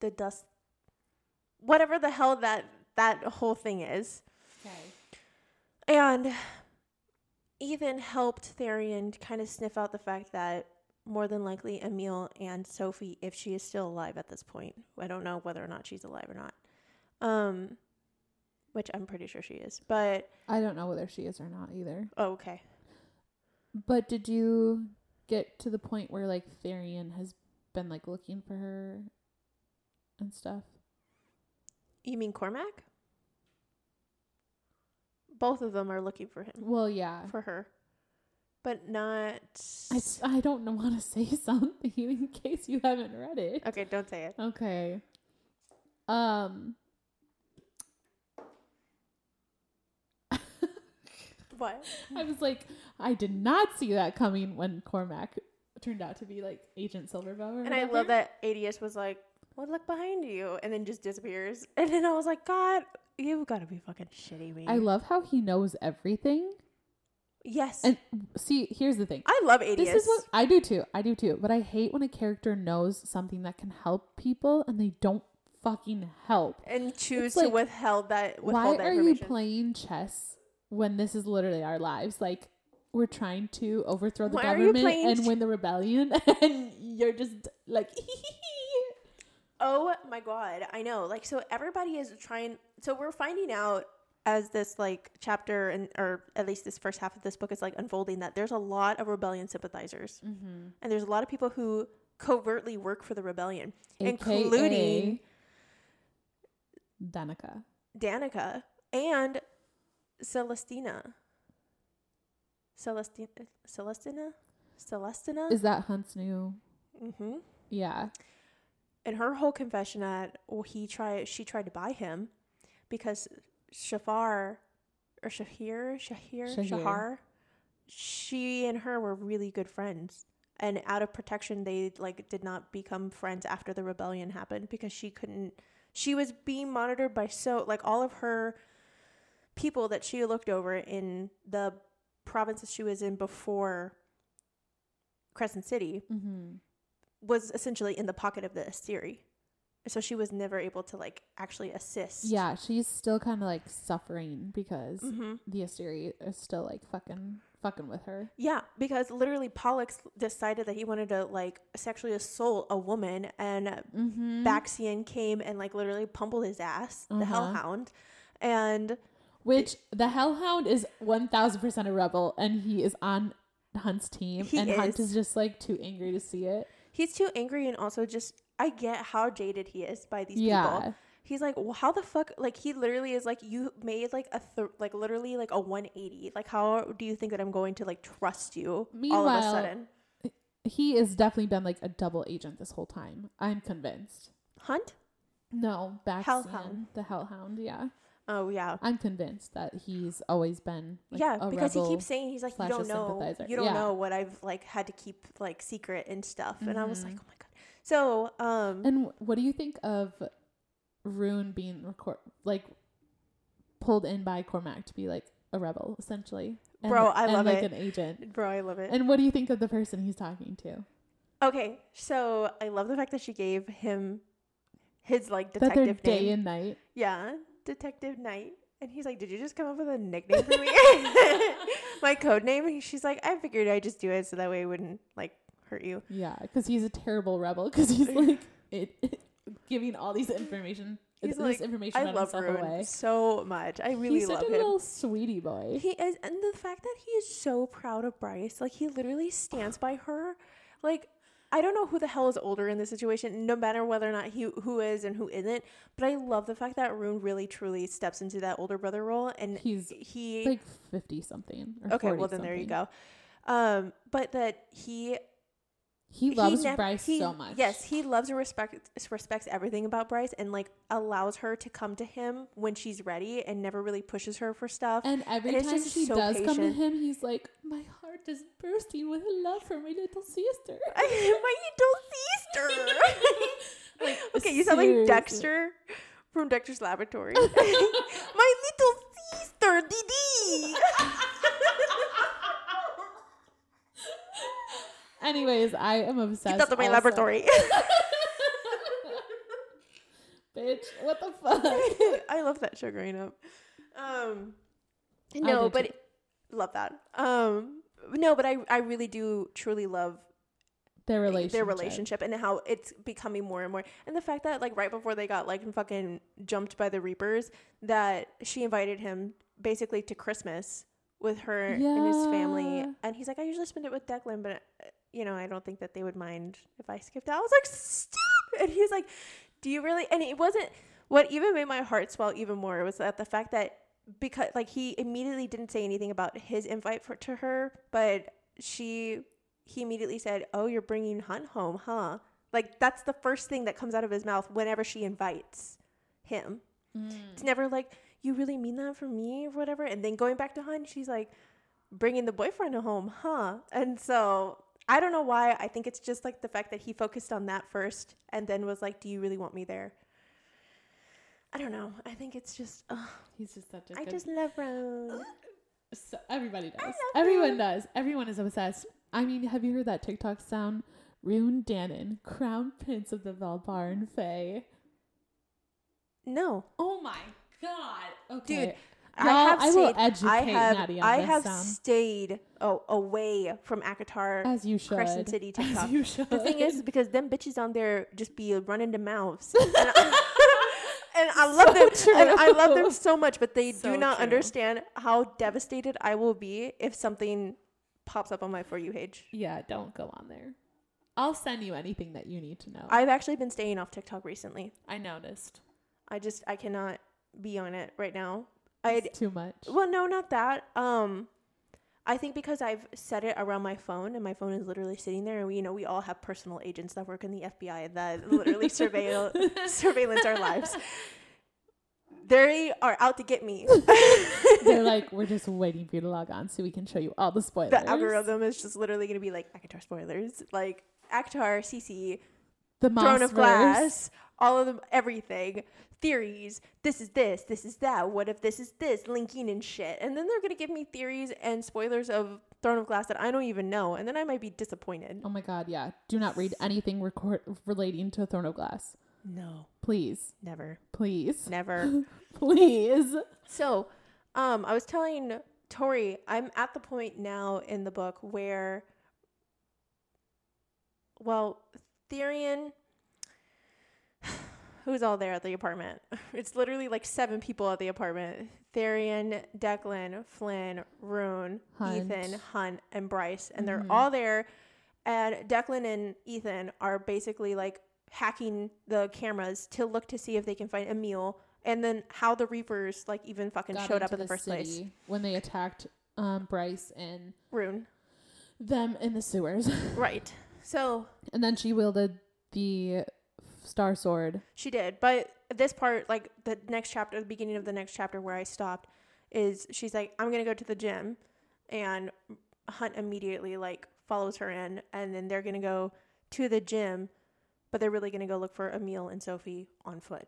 S2: the dust whatever the hell that that whole thing is
S1: Okay.
S2: And Ethan helped Therian kind of sniff out the fact that more than likely Emil and Sophie, if she is still alive at this point, I don't know whether or not she's alive or not, um, which I'm pretty sure she is. But
S1: I don't know whether she is or not either.
S2: oh, okay,
S1: But did you get to the point where like Therian has been like looking for her and stuff?
S2: you mean Cormac? Both of them are looking for him,
S1: Well, yeah.
S2: for her, but not.
S1: I, s- I don't want to say something in case you haven't read it.
S2: okay, don't say it.
S1: Okay. Um.
S2: What?
S1: I was like, I did not see that coming when Cormac turned out to be like Agent Silverbow. Or
S2: And I
S1: whatever.
S2: love that ADS was like, well, look behind you, and then just disappears. And then I was like, God, you've got to be fucking shitting me.
S1: I love how he knows everything.
S2: yes.
S1: And see, here's the thing.
S2: I love ADS.
S1: This is what I do too. I do too. But I hate when a character knows something that can help people and they don't fucking help.
S2: and choose
S1: it's like,
S2: to withheld that
S1: Why
S2: withhold that
S1: are you
S2: information.
S1: playing chess when this is literally our lives? Like we're trying to overthrow the
S2: Why are you
S1: government
S2: playing
S1: and
S2: ch-
S1: win the rebellion and you're just like
S2: oh my god, I know. Like so everybody is trying so we're finding out as this like chapter and or at least this first half of this book is like unfolding that there's a lot of rebellion sympathizers.
S1: Mm-hmm.
S2: And there's a lot of people who covertly work for the rebellion, including
S1: AKA Danica.
S2: Danica and Celestina. Celestina, Celestina, Celestina.
S1: Is that Hunt's new?
S2: mm-hmm.
S1: Yeah.
S2: And her whole confession that well, he tried, she tried to buy him because Shafar or Shahir, Shahir,
S1: Shahir.
S2: Shahar, she and her were really good friends. And out of protection, they like did not become friends after the rebellion happened because she couldn't. She was being monitored by so like all of her people that she looked over in the provinces she was in before Crescent City
S1: Mm-hmm.
S2: was essentially in the pocket of the Asiri. So she was never able to like actually assist.
S1: Yeah, she's still kind of like suffering because
S2: hmm
S1: the Asteri is still like fucking fucking with her.
S2: Yeah, because literally Pollux decided that he wanted to like sexually assault a woman and
S1: Mm-hmm.
S2: Baxian came and like literally pummeled his ass, the
S1: Uh-huh.
S2: hellhound. And
S1: Which the Hellhound is one thousand percent a rebel, and he is on Hunt's team,
S2: He
S1: and Hunt
S2: is.
S1: is just like too angry to see it.
S2: he's too angry and also just I get how jaded he is by these
S1: yeah,
S2: people. He's like, well, how the fuck? Like, he literally is like, you made like a th- like literally like a 180. Like, how do you think that I'm going to like trust you all of a
S1: Meanwhile-
S2: sudden?
S1: he has definitely been like a double agent this whole time. I'm convinced.
S2: Hunt?
S1: No, Baxian,
S2: Hellhound.
S1: the Hellhound. Yeah,
S2: Oh yeah,
S1: I'm convinced that he's always been like,
S2: yeah.
S1: a
S2: Because
S1: rebel.
S2: he keeps saying he's like, you
S1: slash a
S2: don't know,
S1: sympathizer."
S2: you don't
S1: Yeah.
S2: know what I've like had to keep like secret and stuff. And I was
S1: Mhm.
S2: like, oh my god. So um,
S1: And wh- what do you think of Rune being record like pulled in by Cormac to be like a rebel essentially? And,
S2: Bro, I
S1: and,
S2: love
S1: like
S2: it.
S1: an agent.
S2: bro, I love it.
S1: And what do you think of the person he's talking to?
S2: okay, so I love the fact that she gave him his like
S1: That they're
S2: detective
S1: day
S2: name.
S1: and night.
S2: Yeah, Detective Knight. And he's like, Did you just come up with a nickname for me? My code name? And she's like, I figured I'd just do it so that way it wouldn't like hurt you.
S1: Yeah, because he's a terrible rebel. Because he's like it, giving all these information.
S2: He's
S1: this
S2: like,
S1: information
S2: I
S1: about
S2: love
S1: himself
S2: Ruin
S1: away.
S2: so much. I really
S1: he's such
S2: love
S1: a
S2: him.
S1: little sweetie boy.
S2: he is and the fact that he is so proud of Bryce, like he literally stands by her. Like I don't know who the hell is older in this situation, no matter whether or not he who is and who isn't. But I love the fact that Rune really truly steps into that older brother role and
S1: He's
S2: he
S1: like fifty something. Or
S2: Okay,
S1: 40
S2: well then there you
S1: something.
S2: go. Um, but that he
S1: He loves
S2: nev-
S1: Bryce
S2: he-
S1: so much.
S2: Yes, he loves and respect respects everything about Bryce and like allows her to come to him when she's ready and never really pushes her for stuff.
S1: And every
S2: And it's
S1: time
S2: just
S1: she
S2: so
S1: does come to
S2: patient.
S1: him, he's like, "My heart is bursting with love for my little sister."
S2: My little sister.
S1: Like,
S2: okay, you sound like
S1: seriously.
S2: Dexter from Dexter's Laboratory. My little sister, Didi.
S1: Anyways, I am obsessed.
S2: Get out of my
S1: also-
S2: laboratory.
S1: bitch. What the fuck?
S2: I love that show growing up. Um,
S1: I
S2: no,
S1: do
S2: but
S1: too.
S2: love that. Um, no, but I I really do truly love
S1: Their relationship.
S2: their relationship and how it's becoming more and more. And the fact that like right before they got like fucking jumped by the Reapers, that she invited him basically to Christmas with her and his family,
S1: Yeah.
S2: and he's like, I usually spend it with Declan, but uh, you know, I don't think that they would mind if I skipped out. I was like, stop! And he's like, Do you really? And it wasn't what even made my heart swell even more was that the fact that because like he immediately didn't say anything about his invite for to her, but she he immediately said, "Oh, you're bringing Hunt home, huh?" Like that's the first thing that comes out of his mouth whenever she invites him.
S1: Mm.
S2: It's never like, "You really mean that for me?" or whatever. And then going back to Hunt, she's like, "Bringing the boyfriend home, huh?" And so I don't know why. I think it's just like the fact that he focused on that first, and then was like, "Do you really want me there?" I don't know. I think it's just ugh,
S1: He's just such a
S2: I
S1: good.
S2: just love Rose.
S1: so- everybody does.
S2: love
S1: Everyone
S2: him.
S1: does. Everyone is obsessed. I mean, have you heard that TikTok sound? Rune Dannon, crown prince of the Valbarn Fae.
S2: No,
S1: Oh my god.
S2: Dude,
S1: Okay.
S2: I
S1: Y'all,
S2: have
S1: I will
S2: stayed, I
S1: educate
S2: have,
S1: Natty on
S2: I
S1: this um,
S2: have
S1: sound.
S2: stayed oh, away from Akatar.
S1: as you should.
S2: Crescent City TikTok.
S1: As you should.
S2: the thing is, because them bitches on there just be running their mouths, and I, and I love them,
S1: So
S2: and I love them
S1: true.
S2: so much, but they
S1: So
S2: do not
S1: true.
S2: understand how devastated I will be if something pops up on my for you page.
S1: yeah, don't go on there. I'll send you anything that you need to know.
S2: I've actually been staying off TikTok recently.
S1: I noticed.
S2: I just I cannot be on it right now. I
S1: It's too much.
S2: Well, no, not that. Um, I think because I've set it around my phone, and my phone is literally sitting there, and we, you know, we all have personal agents that work in the FBI that literally surveil surveillance our lives. They are out to get me.
S1: They're like, we're just waiting for you to log on so we can show you all the spoilers.
S2: the algorithm is just literally going to be like Akatar spoilers, like Akatar, CC,
S1: the
S2: Throne
S1: Mossverse.
S2: of Glass, all of them, everything, theories. This is this, this is that. What if this is this? Linking and shit. And then they're gonna give me theories and spoilers of Throne of Glass that I don't even know, and then I might be disappointed.
S1: Oh my god, yeah. Do not read anything record relating to Throne of Glass.
S2: No,
S1: Please.
S2: never,
S1: Please.
S2: never.
S1: Please.
S2: so, um, I was telling Tori, I'm at the point now in the book where, well, Therian, who's all there at the apartment? It's literally like seven people at the apartment. Therian, Declan, Flynn, Rune,
S1: Hunt.
S2: Ethan, Hunt, and Bryce, and
S1: Mhm.
S2: they're all there. And Declan and Ethan are basically like hacking the cameras to look to see if they can find Emil, and then how the Reapers like even fucking
S1: Got
S2: showed up
S1: into
S2: in the, first place.
S1: city When they attacked um, Bryce and
S2: Rune,
S1: them in the sewers.
S2: right? So
S1: and then she wielded the star sword.
S2: She did. But this part, like the next chapter, the beginning of the next chapter where I stopped, is she's like, I'm going to go to the gym. And Hunt immediately, like, follows her in. And then they're going to go to the gym. But they're really going to go look for Emil and Sophie on foot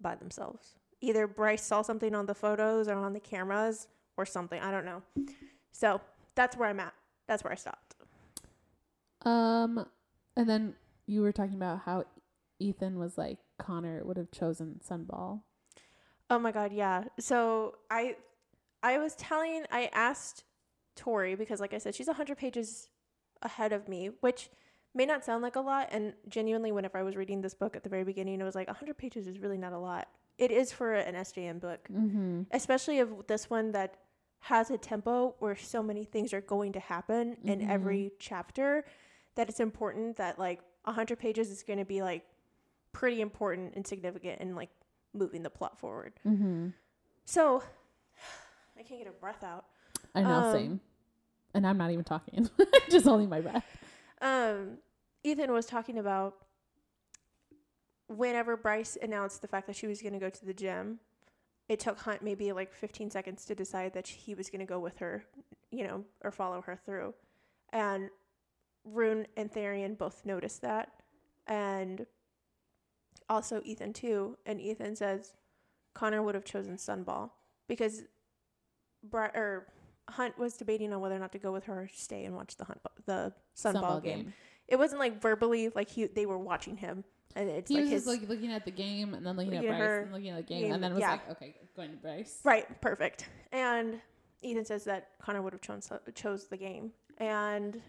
S2: by themselves. Either Bryce saw something on the photos or on the cameras or something. I don't know. So that's where I'm at. That's where I stopped.
S1: Um, and then you were talking about how Ethan was like Connor would have chosen Sunball.
S2: Oh my god, yeah. So I I was telling I asked Tori because like I said she's 100 pages ahead of me, which may not sound like a lot and genuinely whenever I was reading this book at the very beginning it was like 100 pages is really not a lot. It is for an SJM book,
S1: Mm-hmm.
S2: especially of this one that has a tempo where so many things are going to happen in
S1: Mhm.
S2: every chapter that it's important that like 100 pages is going to be like pretty important and significant and like moving the plot forward.
S1: Mm-hmm.
S2: So I can't get a breath out.
S1: I know,
S2: Um,
S1: same. And I'm not even talking. Just holding my breath.
S2: Um, Ethan was talking about whenever Bryce announced the fact that she was going to go to the gym, it took Hunt maybe like 15 seconds to decide that he was going to go with her, you know, or follow her through. And Rune and Therian both noticed that. And also Ethan, too. And Ethan says Connor would have chosen Sunball because Bri- or Hunt was debating on whether or not to go with her or stay and watch the Hunt the Sunball, game. It wasn't like verbally like he they were watching him and it's
S1: He
S2: like
S1: was
S2: his
S1: just like looking at the game and then looking at
S2: looking at
S1: Bryce
S2: her,
S1: and looking at the game
S2: game,
S1: and then was
S2: yeah.
S1: like, okay, going to Bryce.
S2: Right, perfect. And Ethan says that Connor would have chose, chose the game. And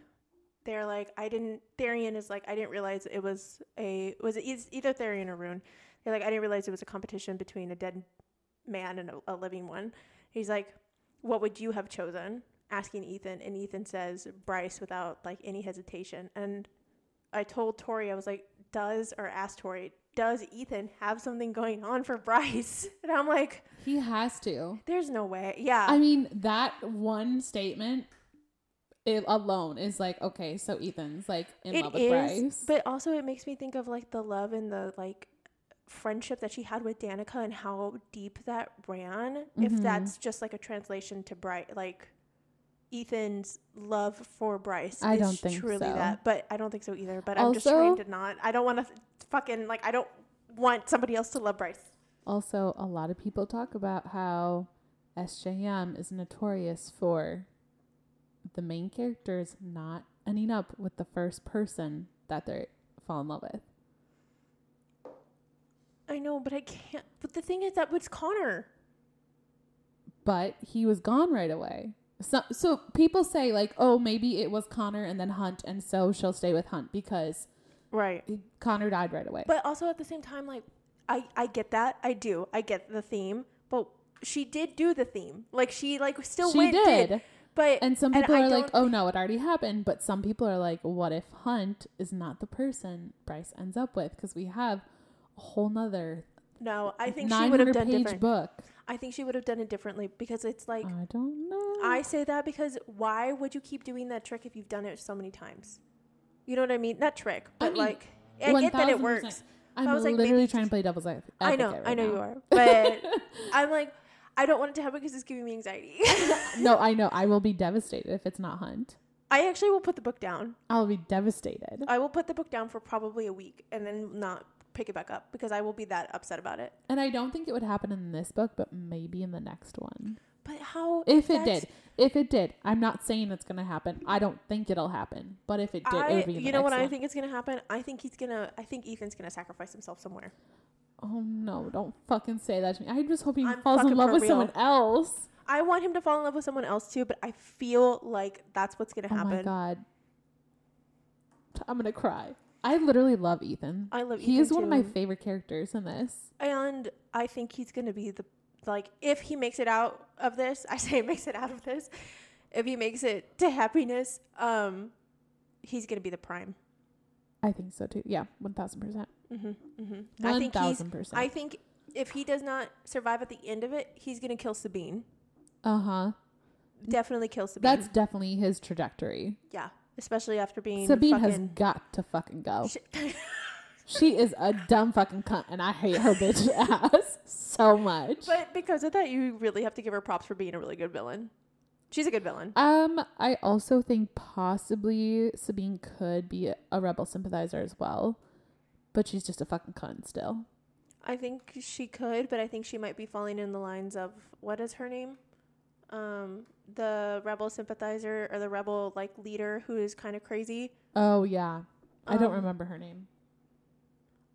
S2: they're like, I didn't. Therian is like, I didn't realize it was a was it is either Therian or Rune. They're like, I didn't realize it was a competition between a dead man and a, a living one. He's like, What would you have chosen? Asking Ethan, and Ethan says Bryce without like any hesitation. And I told Tori, I was like, Does or asked Tori, does Ethan have something going on for Bryce? And I'm like.
S1: He has to.
S2: There's no way. Yeah.
S1: I mean, that one statement it alone is like, okay, so Ethan's like in
S2: it
S1: love with
S2: is,
S1: Bryce.
S2: But also it makes me think of like the love and the like friendship that she had with Danica and how deep that ran. If
S1: Mhm.
S2: that's just like a translation to Bryce like Ethan's love for Bryce.
S1: I
S2: is
S1: don't think
S2: truly
S1: so.
S2: that. But I don't think so either. But I'm just
S1: Also-
S2: trying to not I don't wanna fucking like I don't want somebody else to love Bryce.
S1: also, a lot of people talk about how SJM is notorious for the main characters not ending up with the first person that they fall in love with.
S2: I know, but I can't but the thing is that was Connor.
S1: but he was gone right away. So, so people say like, oh, maybe it was Connor and then Hunt, and so she'll stay with Hunt because
S2: Right.
S1: Connor died right away.
S2: But also at the same time, like I I get that I do I get the theme, but she did do the theme. Like she like still
S1: she
S2: went
S1: did.
S2: did. But
S1: and some
S2: and
S1: people
S2: I
S1: are like,
S2: don't-
S1: oh no, it already happened. But some people are like, what if Hunt is not the person Bryce ends up with? Because we have a whole nother
S2: no, I think she
S1: nine
S2: would have
S1: hundred
S2: done
S1: page
S2: different.
S1: book. Um.
S2: I think she would have done it differently because it's like
S1: I don't know.
S2: I say that because why would you keep doing that trick if you've done it so many times? You know what I mean? Not trick, but
S1: mean,
S2: like I get that it
S1: 1000%.
S2: works.
S1: I'm
S2: was like,
S1: literally
S2: maybe
S1: trying to play devil's advocate.
S2: I know,
S1: right
S2: I know
S1: now.
S2: you are, but I'm like I don't want it to happen because it's giving me anxiety.
S1: No, I know. I will be devastated if it's not Hunt.
S2: I actually will put the book down.
S1: I'll be devastated.
S2: I will put the book down for probably a week and then not pick it back up because I will be that upset about it.
S1: And I don't think it would happen in this book, but maybe in the next one.
S2: But how?
S1: If it
S2: that's-
S1: did. If it did, I'm not saying it's gonna happen. I don't think it'll happen. But if it did, it
S2: I,
S1: would be in
S2: you
S1: the
S2: know what
S1: next
S2: I
S1: one.
S2: think is gonna happen? I think he's gonna. I think Ethan's gonna sacrifice himself somewhere.
S1: Oh no! Don't fucking say that to me. I just hope he
S2: I'm
S1: falls in
S2: fucking
S1: love
S2: for
S1: with
S2: real.
S1: someone else.
S2: I want him to fall in love with someone else too, but I feel like that's what's gonna
S1: Oh my
S2: happen.
S1: god. I'm gonna cry. I literally love Ethan.
S2: I love
S1: He
S2: Ethan
S1: is one of my
S2: too.
S1: favorite characters in this.
S2: and I think he's gonna be the like if he makes it out of this. I say makes it out of this. If he makes it to happiness, um, he's gonna be the prime.
S1: I think so too. Yeah, one thousand percent.
S2: Mm-hmm, mm-hmm. I
S1: One
S2: think he's.
S1: thousand
S2: I
S1: percent.
S2: think if he does not survive at the end of it, he's gonna kill Sabine.
S1: Uh huh.
S2: Definitely kill Sabine.
S1: That's definitely his trajectory.
S2: yeah, especially after being
S1: Sabine has
S2: fucking.
S1: got to fucking go.
S2: Sh-
S1: She is a dumb fucking cunt, and I hate her bitch ass so much.
S2: But because of that, you really have to give her props for being a really good villain. She's a good villain.
S1: Um, I also think possibly Sabine could be a rebel sympathizer as well, but she's just a fucking cunt still.
S2: I think she could, but I think she might be falling in the lines of what is her name? Um, the rebel sympathizer or the rebel like leader who is kind of crazy.
S1: Oh yeah, I don't
S2: Um,
S1: remember her name.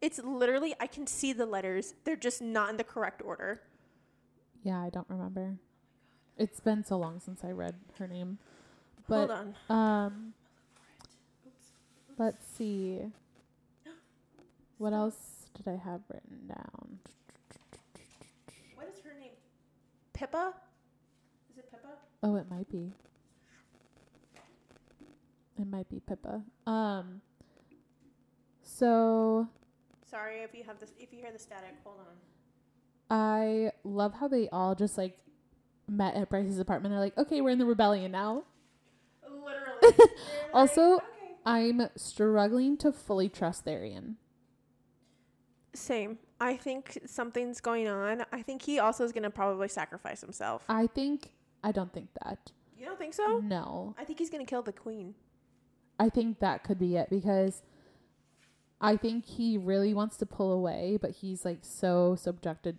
S2: It's literally I can see the letters. They're just not in the correct order.
S1: Yeah, I don't remember. It's been so long since I read her name.
S2: Hold
S1: But
S2: on.
S1: um let's see. What else did I have written down?
S2: What is her name? Pippa? Is it Pippa?
S1: Oh, it might be. It might be Pippa. Um so
S2: Sorry if you have this if you hear the static. Hold on.
S1: I love how they all just like met at Bryce's apartment. They're like, "Okay, we're in the rebellion now."
S2: Literally. They're like,
S1: Also-
S2: okay.
S1: I'm struggling to fully trust Tharian.
S2: Same. I think something's going on. I think he also is going to probably sacrifice himself.
S1: I think I don't think that.
S2: You don't think so?
S1: No.
S2: I think he's going to kill the queen.
S1: I think that could be it because I think he really wants to pull away, but he's like so subjected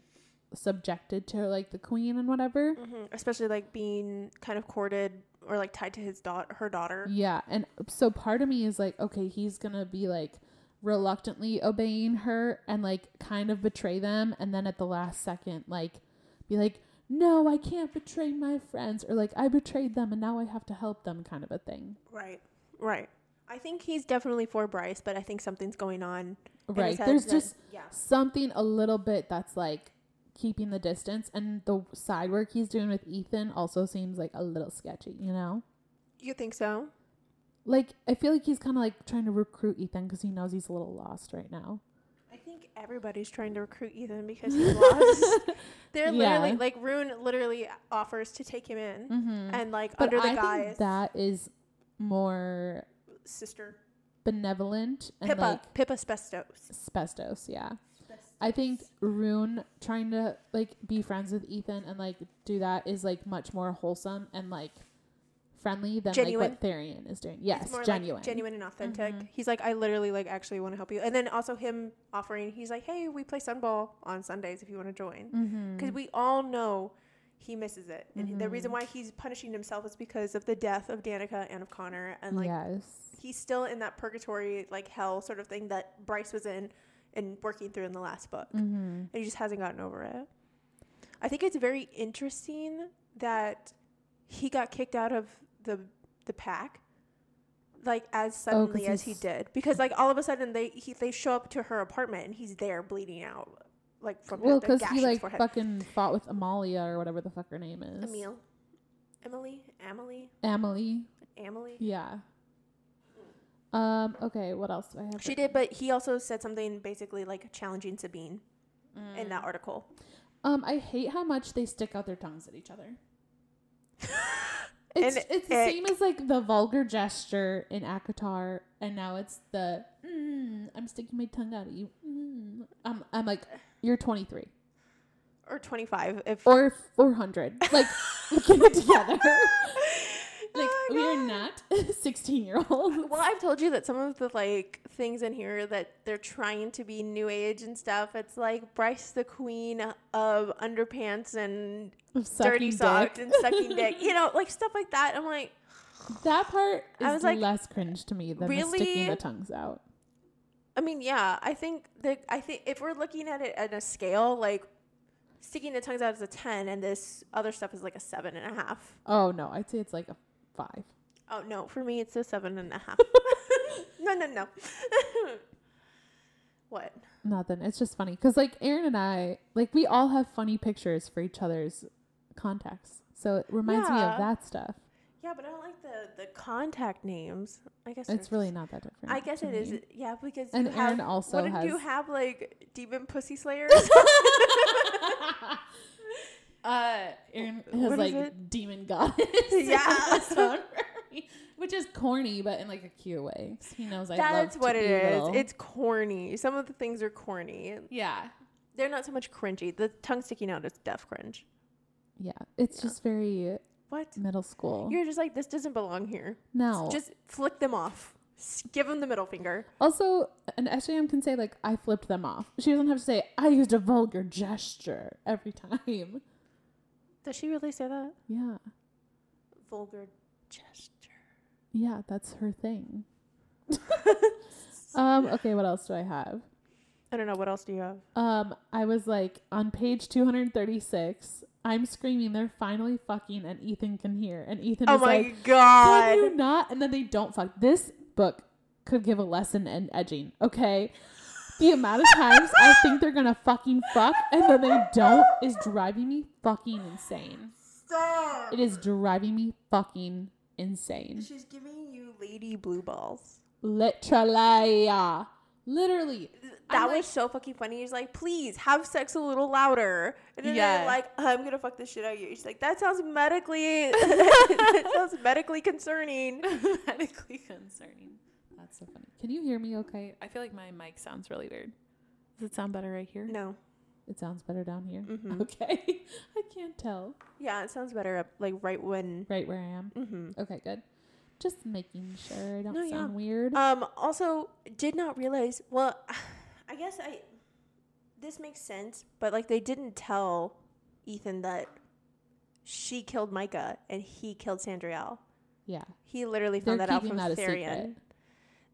S1: subjected to like the queen and whatever.
S2: hmm Especially like being kind of courted or like tied to his daughter, her daughter.
S1: Yeah, and so part of me is like, okay, he's gonna be like reluctantly obeying her and like kind of betray them, and then at the last second, like be like, no, I can't betray my friends, or like I betrayed them and now I have to help them, kind of a thing.
S2: Right. Right. I think he's definitely for Bryce, but I think something's going on. in his
S1: Right?
S2: head
S1: There's
S2: that-
S1: just
S2: yeah.
S1: something a little bit that's like keeping the distance, and the side work he's doing with Ethan also seems like a little sketchy, you know.
S2: You think so?
S1: Like I feel like he's kind of like trying to recruit Ethan because he knows he's a little lost right now.
S2: I think everybody's trying to recruit Ethan because he's lost. They're literally
S1: Yeah.
S2: like Rune literally offers to take him in
S1: Mm-hmm.
S2: and like
S1: But
S2: under the
S1: I
S2: guise
S1: think that is more
S2: sister
S1: benevolent and
S2: Pippa
S1: like
S2: Pippa Spestos.
S1: spestos. Yeah, I think Rune trying to like be friends with Ethan and like do that is like much more wholesome and like friendly than
S2: Genuine.
S1: like what Therian is doing.
S2: It's
S1: Yes,
S2: more, like,
S1: genuine.
S2: genuine and authentic.
S1: Mhm.
S2: He's like, I literally like actually want to help you. And then also him offering, he's like, Hey, we play sunball on Sundays if you want to join,
S1: Mm-hmm.
S2: because we all know he misses it. And the
S1: Mhm.
S2: reason why he's punishing himself is because of the death of Danica and of Connor, and like
S1: yes.
S2: he's still in that purgatory like hell sort of thing that Bryce was in and working through in the last book
S1: Mm-hmm.
S2: and he just hasn't gotten over it. I think it's very interesting that he got kicked out of the the pack like as suddenly as he
S1: Oh, he's-
S2: did because like all of a sudden they he, they show up to her apartment and he's there bleeding out like from
S1: Well,
S2: the, the
S1: because
S2: gash
S1: he
S2: in his
S1: like
S2: forehead.
S1: fucking fought with Amalia or whatever the fuck her name is.
S2: Emil, Emily, Emily,
S1: Emily.
S2: Emily.
S1: Yeah. Um. Okay. What else do I have?
S2: She
S1: written?
S2: did, but he also said something basically like challenging Sabine
S1: Mm.
S2: in that article.
S1: Um, I hate how much they stick out their tongues at each other. It's,
S2: And
S1: it's the
S2: ick.
S1: same as like the vulgar gesture in Akatar, and now it's the mm, I'm sticking my tongue out at you. Mm. I'm I'm like you're 23
S2: Or twenty five, if
S1: or 400. Like get it together. like
S2: Oh my
S1: we are I'm not a 16 year old.
S2: Well, I've told you that some of the like things in here that they're trying to be new age and stuff. It's like Bryce the Queen of underpants and dirty socks and sucking dick. You know, like stuff like that. I'm like,
S1: That part is
S2: I was like,
S1: less cringe to me than the sticking
S2: "Really?"
S1: the tongues out.
S2: I mean, yeah, I think that I think if we're looking at it at a scale, like sticking the tongues out is a ten, and this other stuff is like a seven and a half.
S1: Oh no, I'd say it's like a five.
S2: Oh no, for me it's a seven and a half. no, no, no. what?
S1: Nothing. It's just funny because like Aaron and I, like we all have funny pictures for each other's contacts. So it reminds me
S2: Yeah.
S1: of that stuff.
S2: Yeah, but I don't like the the contact names. I guess
S1: It's
S2: they're
S1: really
S2: just-
S1: not that different.
S2: I guess
S1: to
S2: it is.
S1: me.
S2: Yeah, because
S1: And
S2: you
S1: Aaron
S2: have,
S1: also
S2: what did you
S1: has-
S2: have like demon pussy slayers?
S1: uh, Aaron has
S2: What is
S1: like
S2: it?
S1: demon goddess.
S2: Yeah.
S1: That's on Ferrari, which is corny, but in like a cute way. He knows I love
S2: That's
S1: to
S2: what
S1: be
S2: it is.
S1: little.
S2: It's corny. Some of the things are corny.
S1: yeah,
S2: They're not so much cringy. The tongue sticking out is deaf cringe.
S1: yeah. It's just very
S2: What?
S1: middle school.
S2: You're just like this doesn't belong here.
S1: no,
S2: Just flick them off. S- Give them the middle finger.
S1: Also, an SJM can say like I flipped them off. She doesn't have to say I used a vulgar gesture every time.
S2: Does she really say that?
S1: Yeah.
S2: Vulgar gesture.
S1: Yeah, that's her thing. um, okay, what else do I have?
S2: I don't know. What else do you have?
S1: Um, I was like on page 236, I'm screaming they're finally fucking and Ethan can hear and Ethan
S2: oh
S1: is
S2: my
S1: like
S2: god.
S1: Can you not? And then they don't fuck. This book could give a lesson in edging, okay? The amount of times I think they're gonna fucking fuck and then they don't is driving me fucking insane.
S2: Stop.
S1: It is driving me fucking insane.
S2: She's giving you lady blue balls.
S1: Literally. Literally.
S2: That
S1: I'm
S2: was so fucking funny. He's like, please have sex a little louder. And then
S1: Yeah.
S2: they're like, I'm gonna fuck the shit out of you. She's like, that sounds medically that sounds medically concerning.
S3: medically concerning.
S1: That's so funny. Can you hear me okay?
S3: I feel like my mic sounds really weird. Does it sound better right here? Mm-hmm.
S2: No.
S1: It sounds better down here.
S2: Mhm.
S1: Okay. I can't tell.
S2: Yeah, it sounds better up like right when
S1: Right where I am.
S2: mm-hmm.
S1: Okay, good. Just making sure I don't
S2: No, yeah.
S1: sound weird.
S2: Um also did not realize well I guess I this makes sense, but like they didn't tell Ethan that she killed Micah and he killed Sandriel.
S1: yeah.
S2: He literally
S1: They're
S2: found that out
S1: keeping
S2: from
S1: that a
S2: Therian.
S1: secret.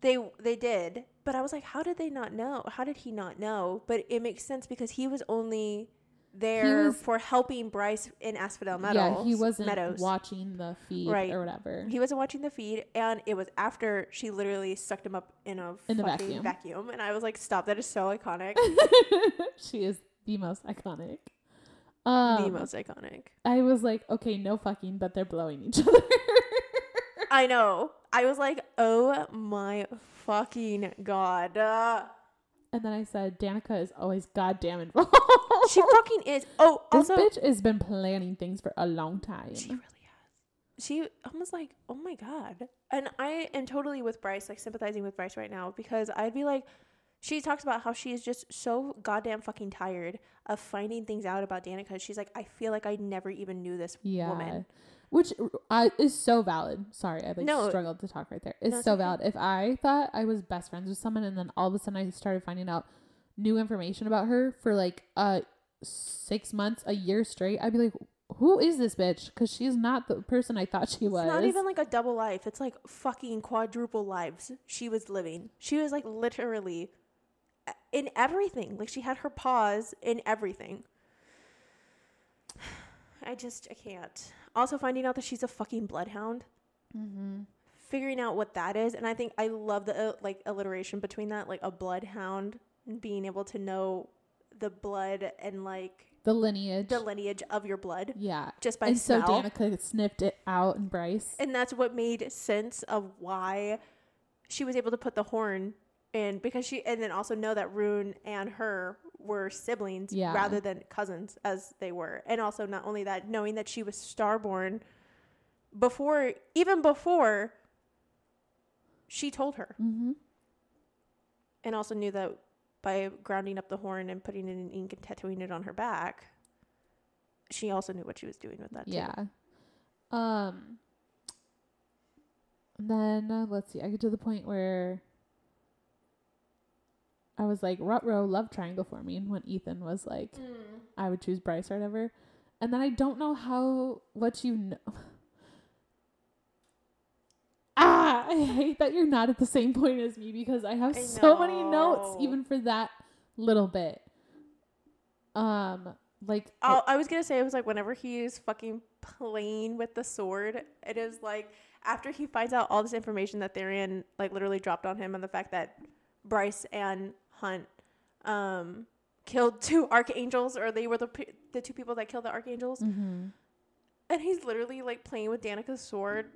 S2: They they did, but I was like, how did they not know? How did he not know? But it makes sense because he was only there
S1: was-
S2: for helping Bryce in Asphodel Meadows.
S1: Yeah, he wasn't
S2: Meadows.
S1: watching the feed
S2: Right.
S1: or whatever.
S2: he wasn't watching the feed, and it was after she literally sucked him up in a
S1: In the
S2: fucking
S1: vacuum.
S2: vacuum. And I was like, stop! That is so iconic,
S1: she is the most iconic. Um,
S2: the most iconic.
S1: I was like, okay, no fucking, but they're blowing each other.
S2: I know. I was like, oh my fucking god. Uh,
S1: and then I said, Danica is always goddamn involved.
S2: she fucking is. Oh,
S1: this
S2: also,
S1: bitch has been planning things for a long time.
S2: She really has. She almost like, oh my god. And I am totally with Bryce, like sympathizing with Bryce right now because I'd be like, she talks about how she is just so goddamn fucking tired of finding things out about Danica. She's like, I feel like I never even knew this
S1: yeah.
S2: woman.
S1: Which I, is so valid. Sorry, I like
S2: No.
S1: struggled to talk right there. It's
S2: No, it's
S1: so
S2: okay.
S1: valid. If I thought I was best friends with someone and then all of a sudden I started finding out new information about her for like uh six months, a year straight, I'd be like, who is this bitch? Because she's not the person I thought she was.
S2: It's not even like a double life. It's like fucking quadruple lives she was living. She was like literally uh, in everything. Like she had her paws in everything. I just I can't. Also finding out that she's a fucking bloodhound.
S1: mm-hmm.
S2: Figuring out what that is, and I think I love the uh, like alliteration between that, like a bloodhound, and being able to know the blood and like
S1: the lineage.
S2: the lineage of your blood
S1: yeah.
S2: just by
S1: and
S2: smell.
S1: so Danica sniffed it out and Bryce.
S2: and that's what made sense of why she was able to put the horn in because she and then also know that Rune and her were siblings
S1: Yeah.
S2: rather than cousins as they were and also not only that knowing that she was starborn before even before she told her
S1: mm-hmm.
S2: and also knew that by grounding up the horn and putting it in ink and tattooing it on her back she also knew what she was doing with that too.
S1: Yeah. Um then uh, let's see. I get to the point where I was like, Rutro love triangle forming when Ethan was like,
S2: Mm.
S1: I would choose Bryce or whatever. And then I don't know how what you know. ah, I hate that you're not at the same point as me because I have
S2: I
S1: so many notes
S2: know.
S1: even for that little bit. Um, like it-
S2: Oh, I was gonna say it was like whenever he's fucking playing with the sword, it is like after he finds out all this information that Therian like literally dropped on him and the fact that Bryce and Hunt um killed two archangels or they were the p- the two people that killed the archangels
S1: mhm.
S2: and he's literally like playing with Danica's sword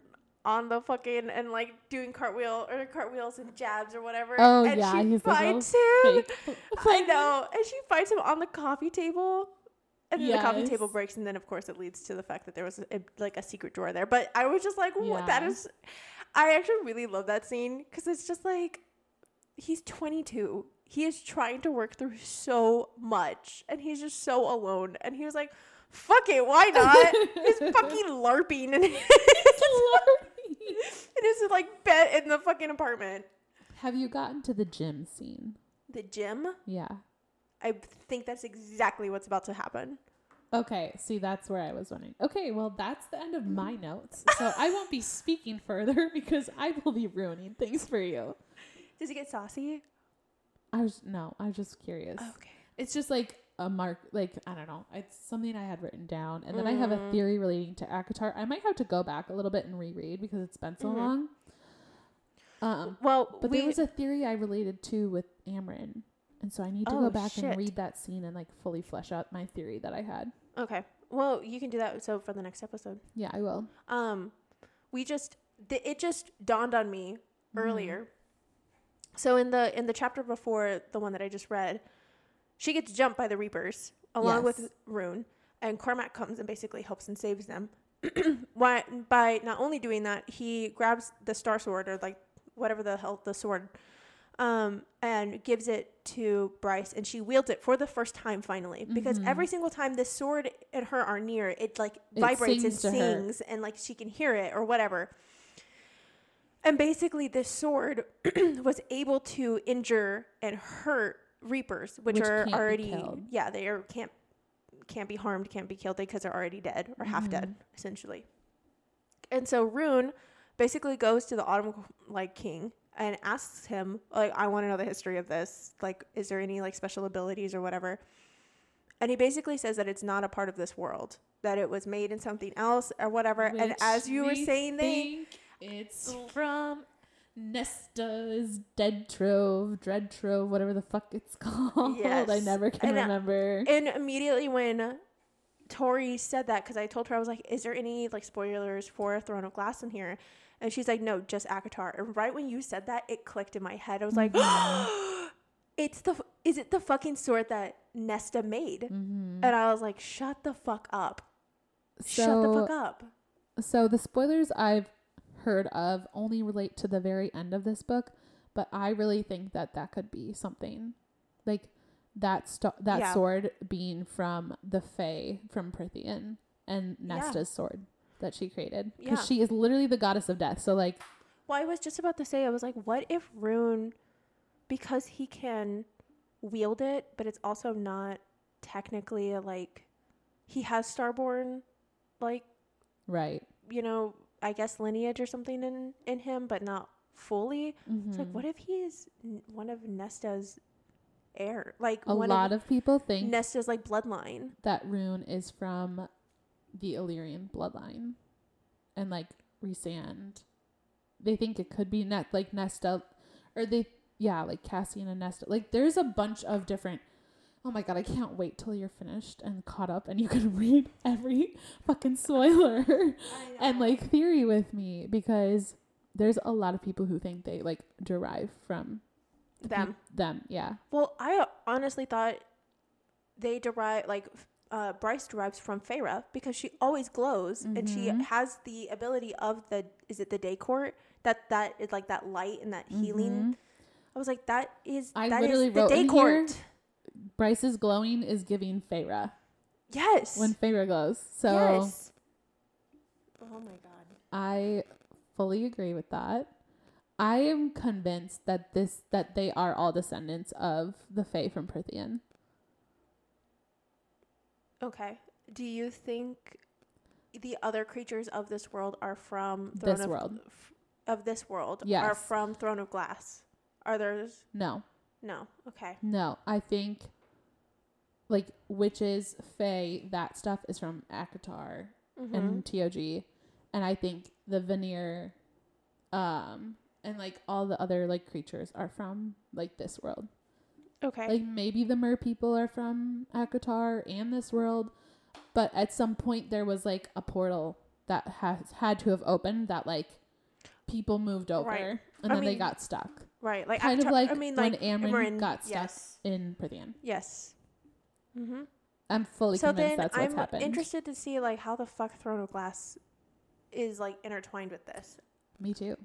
S2: on the fucking and like doing cartwheel or cartwheels and jabs or whatever
S1: Oh,
S2: and
S1: yeah,
S2: she
S1: he's like, "Oh,
S2: fights him
S1: fake.
S2: I know. And she finds him on the coffee table. And then the coffee
S1: Yes.
S2: table breaks, and then of course it leads to the fact that there was a, like a secret drawer there. But I was just like, what? That
S1: Yeah.
S2: is, I actually really love that scene because it's just like, he's 22. He is trying to work through so much, and he's just so alone. And he was like, fuck it, why not? he's fucking larping in his, in his like bed in the fucking apartment.
S1: Have you gotten to the gym scene?
S2: The gym.
S1: Yeah.
S2: I think that's exactly what's about to happen.
S1: Okay, see, that's where I was wondering. Okay, well, that's the end of my notes. So I won't be speaking further because I will be ruining things for you.
S2: Does he get saucy?
S1: I was, no, I was just curious.
S2: Okay.
S1: It's just like a mark, like, I don't know. It's something I had written down. And then I have a theory relating to Akatar. I might have to go back a little bit and reread because it's been so long. Um,
S2: Well,
S1: but
S2: we,
S1: there was a theory I related to with Amryn. And so I need to
S2: Oh,
S1: go back and
S2: shit.
S1: read that scene and like fully flesh out my theory that I had.
S2: okay. Well, you can do that. So for the next episode,
S1: Yeah, I will.
S2: um, we just th- it just dawned on me
S1: Mm-hmm.
S2: earlier. So in the in the chapter before the one that I just read, she gets jumped by the Reapers along
S1: Yes.
S2: with Rune, and Cormac comes and basically helps and saves them. Why? By not only doing that, he grabs the Star Sword or like whatever the hell the sword, um, and gives it to Bryce, and she wields it for the first time finally. Because every single time this sword and her are near, it like
S1: It
S2: vibrates
S1: sings
S2: and
S1: to her.
S2: sings, and like she can hear it or whatever. And basically, this sword was able to injure and hurt reapers, which,
S1: Which
S2: are
S1: can't be
S2: already
S1: killed.
S2: yeah they are can't can't be harmed, can't be killed because they're already dead or
S1: Mm-hmm.
S2: half dead essentially. And so Rune basically goes to the Autumn like King and asks him like I want to know the history of this. Like is there any like special abilities or whatever? And he basically says that it's not a part of this world, that it was made in something else or whatever. and
S1: Which
S2: as you were
S1: we
S2: saying they
S1: think it's from Nesta's Dead Trove, Dread Trove, whatever the fuck it's called. I
S2: Yes.
S1: never can
S2: And, uh,
S1: remember.
S2: and immediately when Tori said that, because I told her I was like, "Is there any like spoilers for Throne of Glass in here?" And she's like, "No, just Akatar." And right when you said that, it clicked in my head. I was like,
S1: Mm.
S2: "It's the is it the fucking sword that Nesta made?"
S1: Mhm.
S2: And I was like, "Shut the fuck up! Shut the
S1: So-
S2: fuck up!"
S1: So the spoilers I've heard of only relate to the very end of this book, but I really think that that could be something like that sto- that
S2: Yeah.
S1: sword being from the Fae from Prithian and
S2: Yeah.
S1: Nesta's sword that she created because
S2: Yeah.
S1: she is literally the goddess of death. So like
S2: Well, I was just about to say, I was like, "What if Rune, because he can wield it, but it's also not technically a, like he has Starborn like."
S1: right.
S2: you know, I guess lineage or something in in him, but not fully. It's
S1: Hmm. Mm-hmm.
S2: like, what if he is n- one of Nesta's heir? Like
S1: A
S2: one
S1: lot of, people think
S2: Nesta's like bloodline.
S1: that rune is from the Illyrian bloodline and like Resand. They think it could be net like Nesta or they yeah, like Cassian and Nesta. Like there's a bunch of different Oh my god, I can't wait till you're finished and caught up and you can read every fucking spoiler and like theory with me because there's a lot of people who think they like derive from the peop-
S2: Them.
S1: Them, yeah.
S2: Well, I uh, honestly thought they derive like uh, Bryce derives from Feyre because she always glows and she
S1: Mm-hmm.
S2: has the ability of the is it the day court that that is like that light and that healing. I was like, that is
S1: Mm-hmm. I
S2: that is
S1: literally
S2: the
S1: wrote
S2: day
S1: in
S2: court.
S1: here- Bryce's glowing is giving Feyre.
S2: Yes.
S1: when Feyre glows. So
S2: yes. Oh my god.
S1: I fully agree with that. I am convinced that this that they are all descendants of the Fae from Prithian.
S2: Okay. Do you think the other creatures of this world are from
S1: This
S2: of,
S1: world.
S2: f- of this world? Are
S1: Yes.
S2: from Throne of Glass? Are there's
S1: No,
S2: no? Okay.
S1: no. I think like witches, Fae, that stuff is from Akatar
S2: Mm-hmm.
S1: and TOG. And I think the veneer um and like all the other like creatures are from like this world.
S2: okay.
S1: Like maybe the mer people are from Akatar and this world, but at some point there was like a portal that has had to have opened that like people moved over
S2: Right.
S1: and
S2: I
S1: then they
S2: mean,
S1: got stuck.
S2: right. Like
S1: kind of
S2: Avatar-
S1: like
S2: I mean,
S1: when
S2: like
S1: Amryn
S2: Amarin
S1: got stuck.
S2: Yes.
S1: In Prithian.
S2: Yes. Mm-hmm.
S1: I'm fully
S2: so
S1: convinced
S2: then
S1: that's what's
S2: I'm
S1: happened.
S2: interested to see like how the fuck Throne of Glass is like intertwined with this
S1: Me too.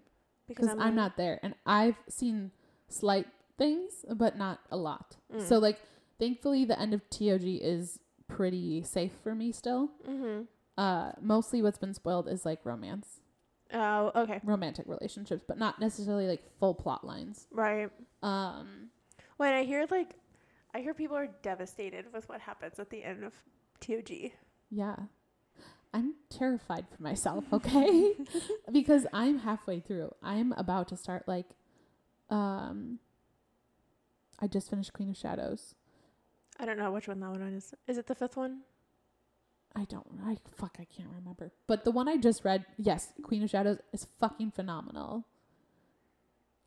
S2: because
S1: because I'm, not there and I've seen slight things but not a lot.
S2: Mm.
S1: So like thankfully the end of TOG is pretty safe for me still.
S2: Mm-hmm.
S1: Uh mostly what's been spoiled is like romance,
S2: Oh, okay.
S1: romantic relationships, but not necessarily like full plot lines.
S2: Right.
S1: Um
S2: When I hear like, I hear people are devastated with what happens at the end of TOG.
S1: yeah. I'm terrified for myself, okay? because I'm halfway through. I'm about to start like um I just finished Queen of Shadows.
S2: I don't know which one that one is. Is it the fifth one?
S1: I don't. I fuck. I can't remember. But the one I just read, yes, Queen of Shadows is fucking phenomenal.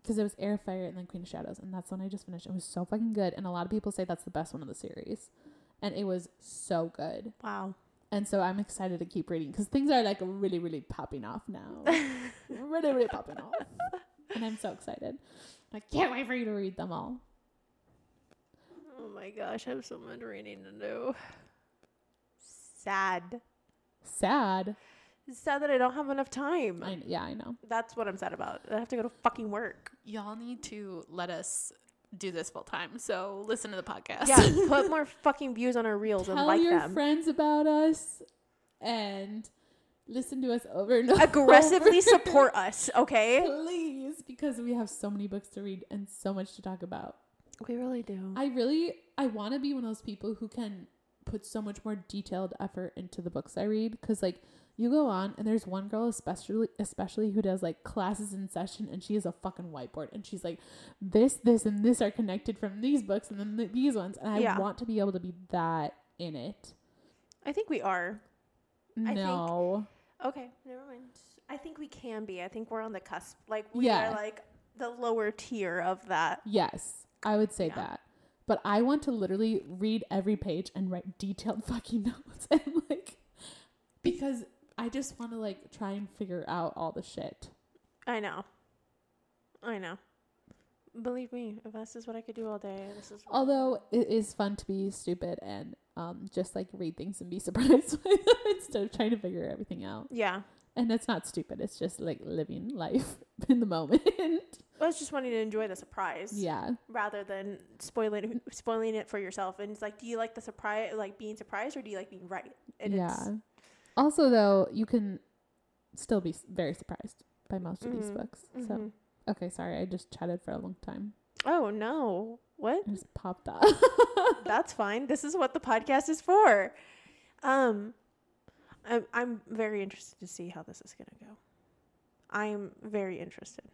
S1: Because it was Air, Fire, and then Queen of Shadows, and that's the one I just finished. It was so fucking good, and a lot of people say that's the best one of the series, and it was so good.
S2: Wow.
S1: And so I'm excited to keep reading because things are like really, really popping off now, really, really popping off, and I'm so excited. I can't wait for you to read them all.
S2: Oh my gosh, I have so much reading to do. Sad.
S1: Sad.
S2: Sad that I don't have enough time.
S1: I, yeah, I know.
S2: That's what I'm sad about. I have to go to fucking work.
S3: Y'all need to let us do this full time. So listen to the podcast.
S2: Yeah, put more fucking views on our reels
S1: Tell
S2: and like
S1: your
S2: them.
S1: friends about us and listen to us over and over.
S2: Aggressively support us, okay?
S1: Please, because we have so many books to read and so much to talk about.
S2: We really do.
S1: I really I want to be one of those people who can put so much more detailed effort into the books I read cuz like you go on and there's one girl especially especially who does like classes in session and she has a fucking whiteboard and she's like this this and this are connected from these books and then th- these ones and I
S2: Yeah.
S1: want to be able to be that in it.
S2: I think we are.
S1: No.
S2: I think- Okay, never mind. I think we can be. I think we're on the cusp. Like we
S1: Yeah.
S2: are like the lower tier of that.
S1: Yes, I would say
S2: Yeah.
S1: that. But I want to literally read every page and write detailed fucking notes and like because I just want to like try and figure out all the shit.
S2: I know. I know. Believe me, if this is what I could do all day, this is
S1: Although it is fun to be stupid and um just like read things and be surprised by them instead of trying to figure everything out.
S2: Yeah.
S1: And it's not stupid, it's just like living life in the moment.
S2: I was just wanting to enjoy the surprise.
S1: yeah.
S2: Rather than spoiling spoiling it for yourself. And it's like, do you like the surprise like being surprised or do you like being right? And
S1: yeah.
S2: it's
S1: Also though, you can still be s- very surprised by most of these
S2: Mhm.
S1: books. So
S2: mhm.
S1: Okay, sorry, I just chatted for a long time.
S2: Oh no. What?
S1: I just popped up.
S2: That's fine. This is what the podcast is for. Um, I'm, I'm very interested to see how this is going to go. I'm very interested.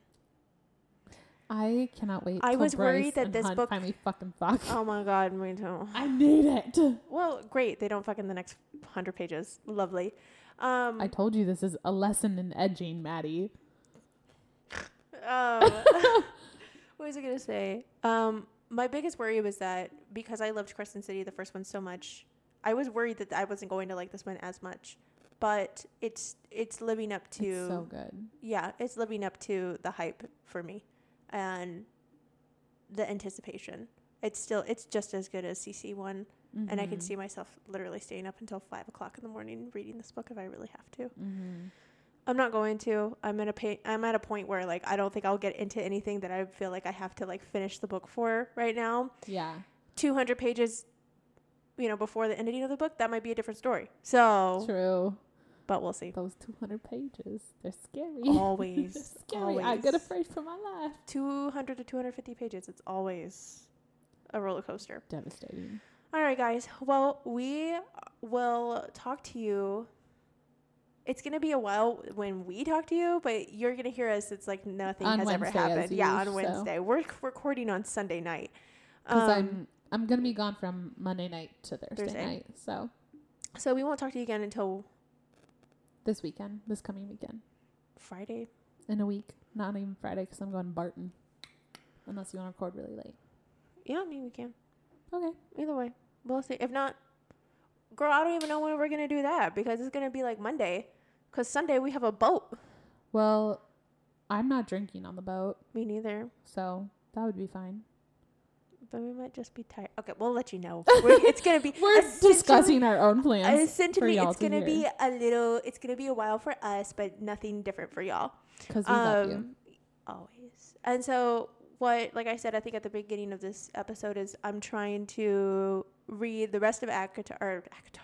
S1: I cannot wait.
S2: I
S1: till
S2: was worried
S1: Bryce
S2: that
S1: and
S2: this
S1: Hunt
S2: book-
S1: finally fucking fuck.
S2: Oh my God, me too.
S1: I need it.
S2: Well, great. They don't fuck in the next 100 pages. Lovely. Um,
S1: I told you this is a lesson in edging, Maddie.
S2: um, what was I going to say? Um, my biggest worry was that because I loved Crescent City, the first one, so much, I was worried that I wasn't going to like this one as much. But it's it's living up to
S1: It's so good.
S2: yeah, it's living up to the hype for me and the anticipation. It's still it's just as good as CC one, and I can
S1: Mhm.
S2: see myself literally staying up until five o'clock in the morning reading this book if I really have to.
S1: Mhm.
S2: I'm not going to. I'm at a pa- I'm at a point where like I don't think I'll get into anything that I feel like I have to like finish the book for right now.
S1: Yeah,
S2: Two hundred Oh. pages, you know, before the ending of the book, that might be a different story. So,
S1: true.
S2: but we'll see.
S1: Those 200 pages, they're scary. they're
S2: Always,
S1: scary.
S2: always.
S1: I get afraid for my life.
S2: 200 to 250 pages. It's always a roller coaster.
S1: Devastating.
S2: All right, guys. Well, we will talk to you. It's going to be a while when we talk to you, but you're going to hear us. It's like nothing
S1: On
S2: has ever
S1: Wednesday, as
S2: happened. Yeah,
S1: usual,
S2: on
S1: so.
S2: Wednesday. We're c- recording on Sunday night.
S1: Because
S2: Um,
S1: I'm I'm gonna be gone from Monday night to Thursday,
S2: Thursday.
S1: night. So
S2: so we won't talk to you again until
S1: this weekend, this coming weekend,
S2: Friday.
S1: in a week. Not even Friday because I'm going to Barton. Unless you want to record really late.
S2: Yeah, I mean, we can.
S1: Okay.
S2: Either way, we'll see. If not, girl, I don't even know when we're going to do that because it's going to be like Monday. Because Sunday we have a boat.
S1: Well, I'm not drinking on the boat,
S2: Me neither.
S1: so that would be fine.
S2: But we might just be tired. Okay, we'll let you know. We're, it's gonna be.
S1: We're
S2: essentially-
S1: discussing our own plans
S2: Essentially,
S1: y'all
S2: it's
S1: to
S2: gonna be
S1: hear.
S2: a little. It's gonna be a while for us, but nothing different for y'all.
S1: because we love you.
S2: um, Always. And so, what? Like I said, I think at the beginning of this episode is I'm trying to read the rest of Akatar or Akatar.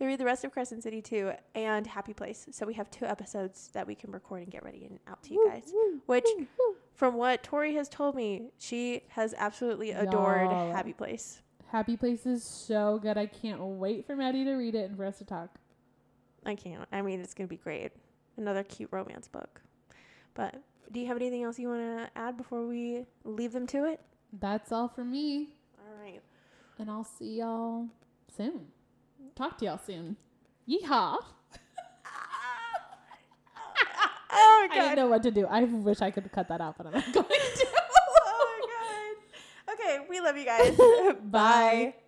S2: to Read the rest of Crescent City 2 and Happy Place. So we have two episodes that we can record and get ready and out to you guys. Which, from what Tori has told me, she has absolutely adored
S1: Y'all.
S2: Happy Place.
S1: Happy Place is so good. I can't wait for Maddie to read it and for us to talk.
S2: I can't. I mean, it's going to be great. Another cute romance book. But do you have anything else you want to add before we leave them to it?
S1: That's all for me,
S2: All right.
S1: and I'll see y'all soon. Talk to y'all soon. Yeehaw! I
S2: Oh,
S1: didn't know what to do. I wish I could cut that out, but I'm not going to.
S2: oh, my God. Okay. We love you guys. Bye.
S1: Bye.